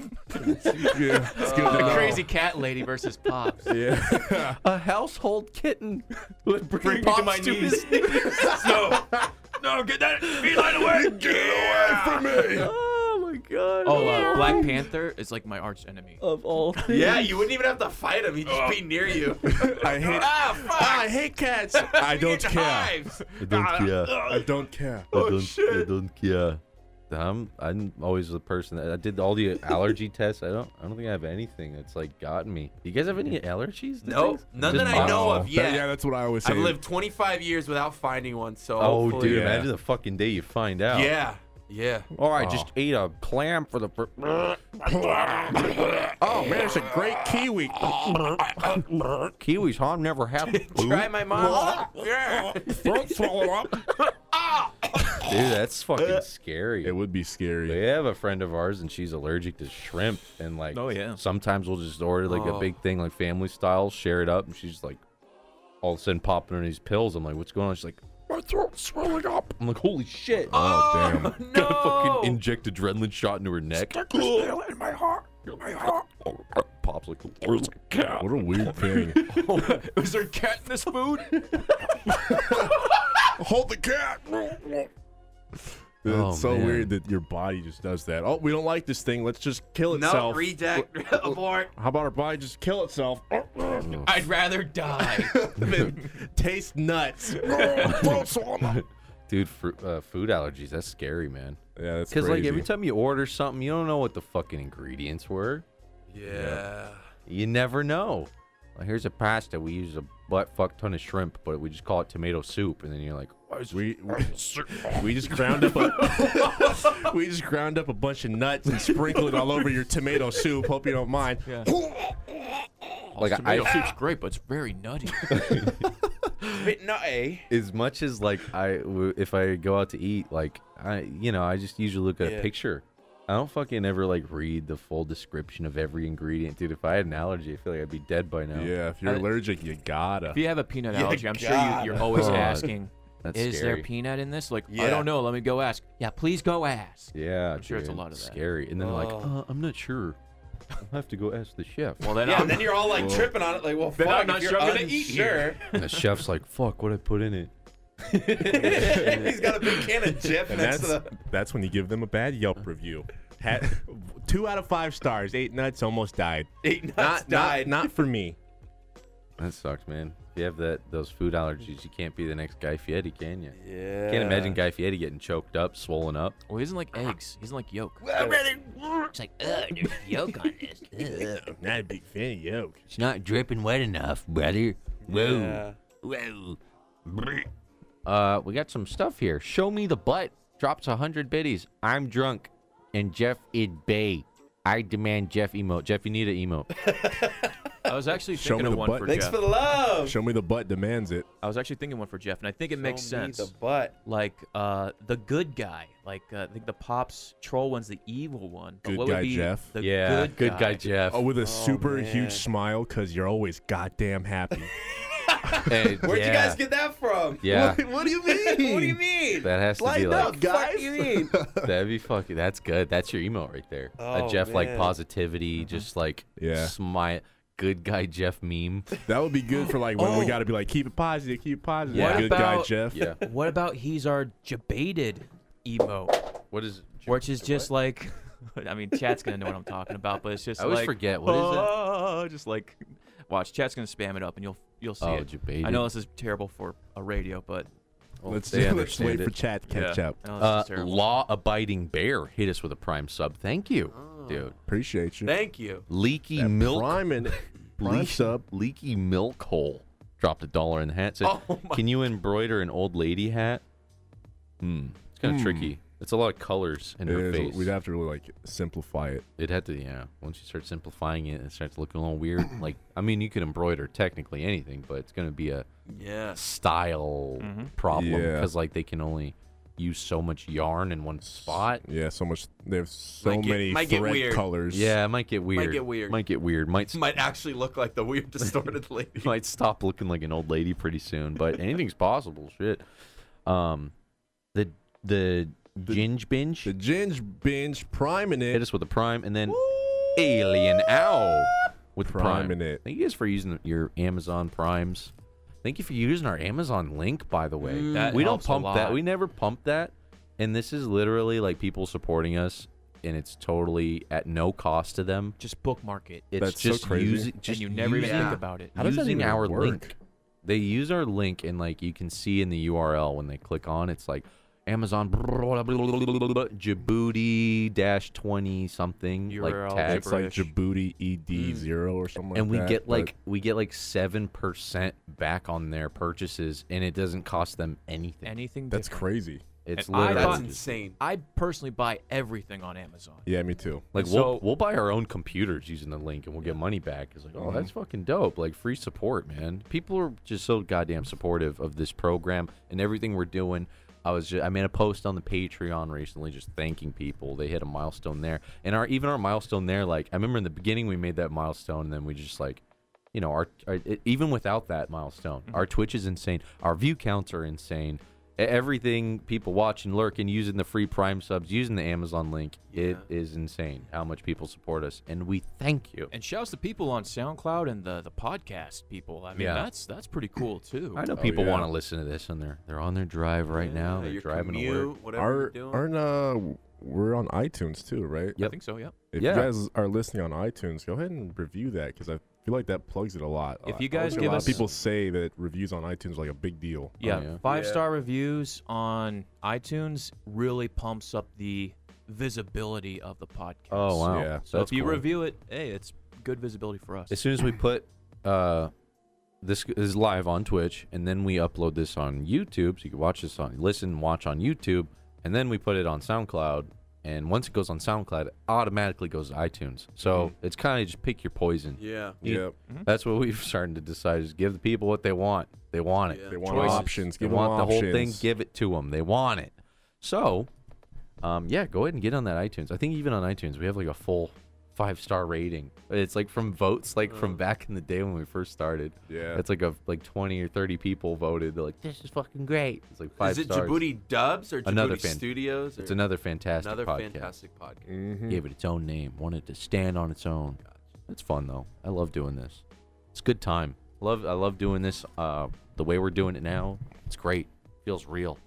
yeah. Let's give it a the go. crazy cat lady versus [laughs] pops. Yeah. A household kitten would bring, me to my knees. no, get that feline away. Get away from me. Oh my god. Oh, uh, Black Panther is like my arch enemy. Of all things. yeah, you wouldn't even have to fight him. He'd just Oh. be near you. [laughs] I hate [laughs] ah, fuck. I hate cats. I don't Get care. hives. [laughs] I don't Ah. care. Oh, I I don't care. don't, I don't care. I'm I'm always the person that I did all the [laughs] allergy tests. I don't I don't think I have anything that's like gotten me. You guys have any allergies? to Nope, things? none Just that I know mine? of That- yet. yeah, that's what I always say. I've lived 25 years without finding one, so Oh, hopefully- dude! Yeah. Imagine the fucking day you find out. Yeah, yeah. Or I just ate a clam for the. Fir- Oh man, it's a great [laughs] kiwi. Kiwis, huh? I've never had. Try my mom. yeah. Throat swollen up. Dude, that's [laughs] fucking scary. It would be scary. We have a friend of ours, and she's allergic to shrimp, and like, Oh, yeah. Sometimes we'll just order like Oh. a big thing, like family style, share it up, and she's like, all of a sudden popping her these pills. I'm like, what's going on? She's like, my throat's swelling up. I'm like, holy shit! Oh, damn. [laughs] Got to fucking inject adrenaline shot into her neck. in my heart. My heart. Pops like, where's a cat? What a weird thing. Is there cat in this food? Hold the cat. Oh, it's so man. weird that your body just does that. Oh, we don't like this thing. Let's just kill No, itself. reject, [laughs] abort. How about our body just kill itself? I'd rather die. [laughs] Then taste [laughs] nuts. yeah, Dude, fru uh, food allergies. That's scary, man. that's Because crazy. like every time you order something, you don't know what the fucking ingredients were. Yeah. You never know. Like, here's a pasta. We use a butt fuck ton of shrimp, but we just call it tomato soup. And then you're like, we, we, we just ground up a [laughs] we just ground up a bunch of nuts and sprinkled it all over your tomato soup. Hope you don't mind. "Oh, like I, Tomato soup's great, but it's very nutty. Bit nutty. as much as like I, w- if I go out to eat, like I, you know, I just usually look at Yeah. a picture. I don't fucking ever like read the full description of every ingredient, dude. If I had an allergy, I feel like I'd be dead by now. Yeah, if you're I- allergic, you gotta. If you have a peanut allergy, I'm sure you, you're always God. asking, That's is scary. there peanut in this? Like, I Yeah. don't know. Let me go ask. Yeah, please go ask. Yeah, I'm sure it's a dude, lot of that. Scary, and then like, Oh. uh, I'm not sure. I'll have to go ask the chef. Well, then Yeah, I'm, and then you're all like tripping on it, like, well, Then fuck, I'm not if you're sure I'm gonna unsure, eat here. and the chef's like, "Fuck, what I put in it." [laughs] He's got a big can of Jif And next that's to the. that's when you give them a bad Yelp review. Had, two out of five stars. Eight nuts. Almost died. Eight nuts not, not- died. Not, for me. That sucks, man. If you have that those food allergies, you can't be the next Guy Fieri, can you? yeah. Can't imagine Guy Fieri getting choked up, swollen up. well, he doesn't like eggs. He doesn't like yolk. It's like, ugh, there's yolk on this. Ugh. I'm not a big fan of yolk. It's not dripping wet enough, brother. Whoa. Yeah. Whoa. Uh, we got some stuff here. Show me the butt. Drops a hundred biddies. I'm drunk, and Jeff id bay. I demand Jeff emote. Jeff, you need [laughs] an emote. I was actually Show me thinking of the one butt. for Thanks Jeff. for the love. Show me the butt demands it. I was actually thinking one for Jeff, and I think it makes Show me sense. The butt. like uh, the good guy, like uh, I think the pops troll one's the evil one. But Good what would guy be Jeff? The yeah, good, guy, Jeff. Oh, with a super man. huge smile because you're always goddamn happy. Hey, [laughs] Where'd yeah. you guys get that from? Yeah. What, what do you mean? what do you mean? That has to be Lighten like up, guys. you mean? that'd be fucking. That's good. That's your emote right there. Oh, a Jeff like man. Mm-hmm. positivity, just like Yeah. smile. Good guy Jeff meme. that would be good for like when we Oh. got to be like, keep it positive, keep it positive. Yeah. What Good guy, about- Jeff. Yeah. What about he's our debated emote, What is? which is just like, [laughs] I mean, chat's gonna know what I'm talking about, but it's just [laughs] I always like, forget. What is it? "Oh," just like, watch, chat's gonna spam it up, and you'll you'll see Oh, it. debated. I know this is terrible for a radio, but Let's They let's wait understand for it. chat to catch yeah, up. I know this Uh, is terrible. law-abiding bear hit us with a prime sub. Thank you, dude. Appreciate you. Thank you. Leaky That milk. Prime [laughs] and prime leak- sub. Leaky milk hole dropped a dollar in the hat. Said, "Can you embroider an old lady hat?" Hmm. It's kind of tricky. It's a lot of colors in It her is- face. We'd have to really like simplify it. It had to, yeah. Once you start simplifying it, it starts looking a little [coughs] weird. like, I mean, you could embroider technically anything, but it's gonna be a Yeah. style problem Yeah. because, like, they can only use so much yarn in one spot. Yeah, so much. They have so Might get- many might get thread weird. colors. Yeah, it might get weird. get weird. Might get weird. Might [laughs] s- Might actually look like the weird distorted lady. might stop looking like an old lady pretty soon. But anything's possible. Shit. Um, the the, ginge binge The Ginge binge priming hit it. us with a prime, and then alien owl with the prime. Prime in it. Thank you guys for using your Amazon Primes. Thank you for using our Amazon link, by the way. That we don't helps a pump that. lot. We never pump that. And this is literally like people supporting us, and it's totally at no cost to them. just bookmark it, It's That's so just crazy. using, just and you never even using, think about it. How does that using even our work? link. They use our link, and like you can see in the URL when they click on, it's like Amazon Djibouti dash twenty something URL like tag It's like Gibberish. Djibouti ED zero or something like and we that, get but- like we get like seven percent back on their purchases, and it doesn't cost them anything. Anything that's different. crazy. it's And I literally bought- That's just- insane. I personally buy everything on Amazon. Yeah, me too. like and we'll so- we'll buy our own computers using the link, and we'll get money back. It's like, oh, that's fucking dope! Like free support, man. People are just so goddamn supportive of this program and everything we're doing. I was just, I made a post on the Patreon recently, just thanking people. They hit a milestone there, and our even our milestone there, like I remember in the beginning we made that milestone, and then we just like, you know, our, our it, even without that milestone, our Twitch is insane, our view counts are insane, E- everything people watch and lurk and using the free Prime subs, using the Amazon link, it is insane how much people support us, and we thank you. And shouts to people on SoundCloud and the the podcast people. I mean, Yeah. that's that's pretty cool too. I know Oh, people yeah. want to listen to this, and they're they're on their drive right now. They're your driving to work. commute, whatever you're Our, aren't doing. uh, we're on iTunes too, right? I Yep. think so. Yeah. If Yeah. you guys are listening on iTunes, go ahead and review that because I feel like that plugs it a lot. If I- you I always guys hear give a lot us- of people say that reviews on iTunes are like a big deal. Yeah, Oh, yeah. five star reviews on iTunes really pumps up the visibility of the podcast. Oh wow! Yeah. So That's if you cool. review it, hey, it's good visibility for us. as soon as we put uh, this is live on Twitch, and then we upload this on YouTube, so you can watch this on listen, watch on YouTube, and then we put it on SoundCloud. And once it goes on SoundCloud, it automatically goes to iTunes. So it's kind of just pick your poison. yeah. You- Yep. Mm-hmm. That's what we've started to decide: is give the people what they want. They want it. Yeah. They want Choices. options. Give they them want the whole thing. options. Give it to them. They want it. So, um, yeah, go ahead and get on that iTunes. I think even on iTunes we have like a full five star rating. It's like from votes, like Uh. from back in the day when we first started. Yeah. It's like a like twenty or thirty people voted. They're like, This is fucking great. it's like five is it stars. Djibouti Dubs or Djibouti Another fan- Studios? Or It's another fantastic another podcast. fantastic podcast. Mhm. Gave it its own name. Wanted to stand on its own. It's fun though. I love doing this. It's a good time. Love I love doing this. Uh, the way we're doing it now, it's great. Feels real.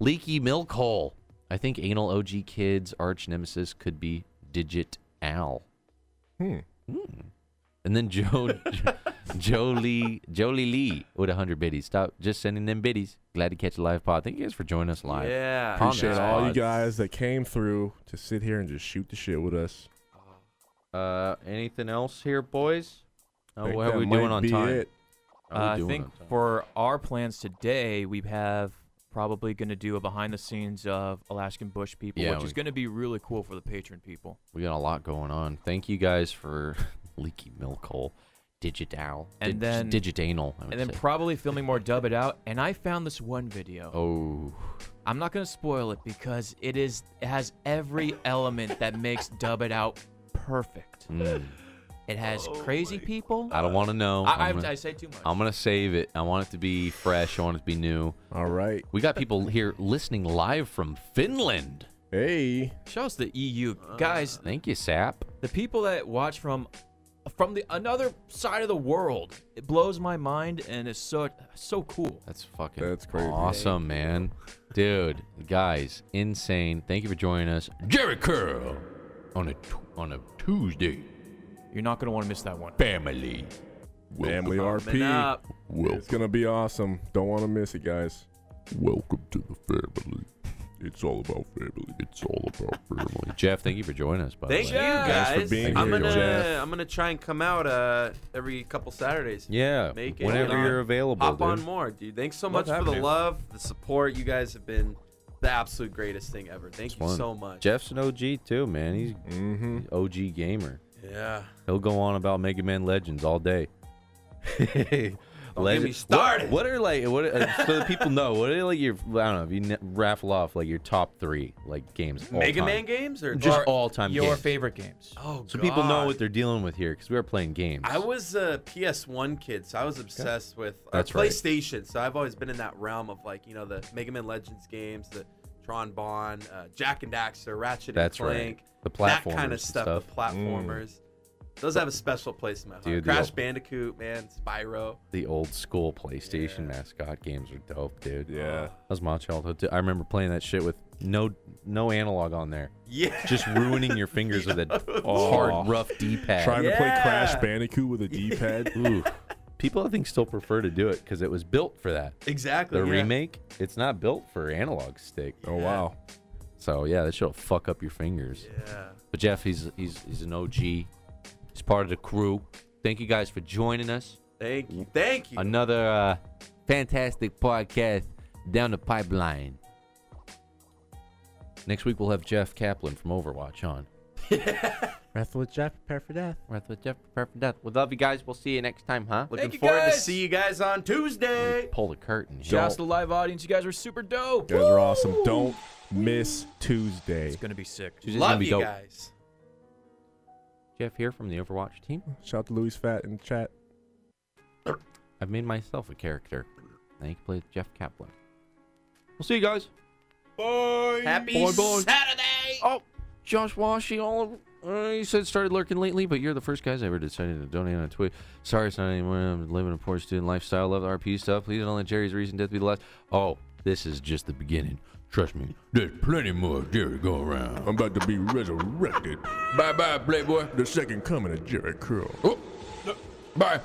Leaky milk hole. I think anal OG kids arch nemesis could be Digit Al. Hmm. Hmm. And then Joe, Jolie, Jolie Lee with 100 biddies. Stop just sending them biddies. Glad to catch a live pod. Thank you guys for joining us live. Yeah. Promise. Appreciate all you Pods. guys that came through to sit here and just shoot the shit with us. Uh, anything else here, boys? I Uh, think what are that we might doing on be time? it. How we Uh, I doing think on time? for our plans today, we have probably going to do a behind the scenes of Alaskan Bush people, Yeah, which is we- going to be really cool for the patron people. we got a lot going on. Thank you guys for [laughs] leaky milk hole, digital, And then- digitanal. I would And then say. probably filming more Dub It Out. And I found this one video. oh, I'm not going to spoil it because it is it has every element that makes Dub It Out perfect. mm, It has crazy people. I don't want to know. I, I, am gonna, I say too much. I'm gonna save it. I want it to be fresh. I want it to be new. All right. We got people [laughs] here listening live from Finland. Hey. Shouts to the EU guys. Thank you, Sap. the people that watch from from the another side of the world it blows my mind and it's so so cool That's fucking That's crazy. awesome, man. Dude, guys, insane. Thank you for joining us. Jerry Curl on a t- on a Tuesday. you're not going to want to miss that one Family. Family Man RP. up. Well, It's gonna be awesome. Don't want to miss it, guys. welcome to the family. It's all about family. It's all about family. Jeff, thank you for joining us. By Thank the you way. Thanks guys. for being I'm here, gonna Jeff. I'm gonna try and come out uh every couple Saturdays. Yeah, Make it. whenever Hold you're on. available, Hop on dude. more, dude. Thanks so Love much for having the you. love, the support. You guys have been the absolute greatest thing ever. Thank you fun. so much. Jeff's an OG too, man. He's Mm-hmm. an OG gamer. Yeah. He'll go on about Mega Man Legends all [laughs] day. Legend- me started. What, what are like what are, uh, so that people know? What are like your I don't know if you n- raffle off like your top three like games? all Mega time. Man games or just or- all time your games. favorite games Oh, so people know God. what they're dealing with here because we are playing games. I was a PS1 kid, so I was obsessed with uh, That's right. PlayStation. So I've always been in that realm of like you know the Mega Man Legends games, the Tron Bond, uh, Jack and Daxter, Ratchet That's and right. Clank, The that platformers kind and of stuff, stuff. Mm. The platformers. Those have a special place in my heart. Dude, the Crash old- Bandicoot, man, Spyro. the old school PlayStation mascot games are dope, dude. Yeah. that was my childhood. Too. I remember playing that shit with no no analog on there. Yeah. just ruining your fingers with a Oh. hard, rough D-pad. Trying to play Crash Yeah. Bandicoot [laughs] with a D-pad. Ooh. People, I think, still prefer to do it because it was built for that. [laughs] exactly. The yeah. remake, it's not built for analog stick. Oh wow. So yeah, that shit'll fuck up your fingers. Yeah. But Jeff, he's he's he's an OG. He's part of the crew. Thank you guys for joining us. Thank Mm. you. Thank you. Another uh, fantastic podcast down the pipeline. Next week we'll have Jeff Kaplan from Overwatch on. Wrestle with Jeff, prepare for death. Wrestle with Jeff, prepare for death. We love you guys. We'll see you next time, huh? Looking forward to see you guys on Tuesday. Pull the curtain. here. [laughs] Shout out to the live audience. You guys were super dope. You guys are awesome. Don't miss Tuesday. It's gonna be sick. Tuesday's gonna Love be you dope. guys. Jeff here from the Overwatch team. Shout out to Louis Fat in the chat. I've made myself a character. Now you can play Jeff Kaplan. We'll see you guys. Happy Saturday. Oh, Josh Washi, all of, uh, you said started lurking lately, but you're the first guys I ever decided to donate on a tweet. Sorry, it's not anymore. I'm living a poor student lifestyle. Love the RP stuff. Please don't let Jerry's recent death be the last. Oh, this is just the beginning. Trust me. There's plenty more Jerry go around. I'm about to be resurrected. Bye bye, Playboy. The second coming of Jerry Curl. Bye.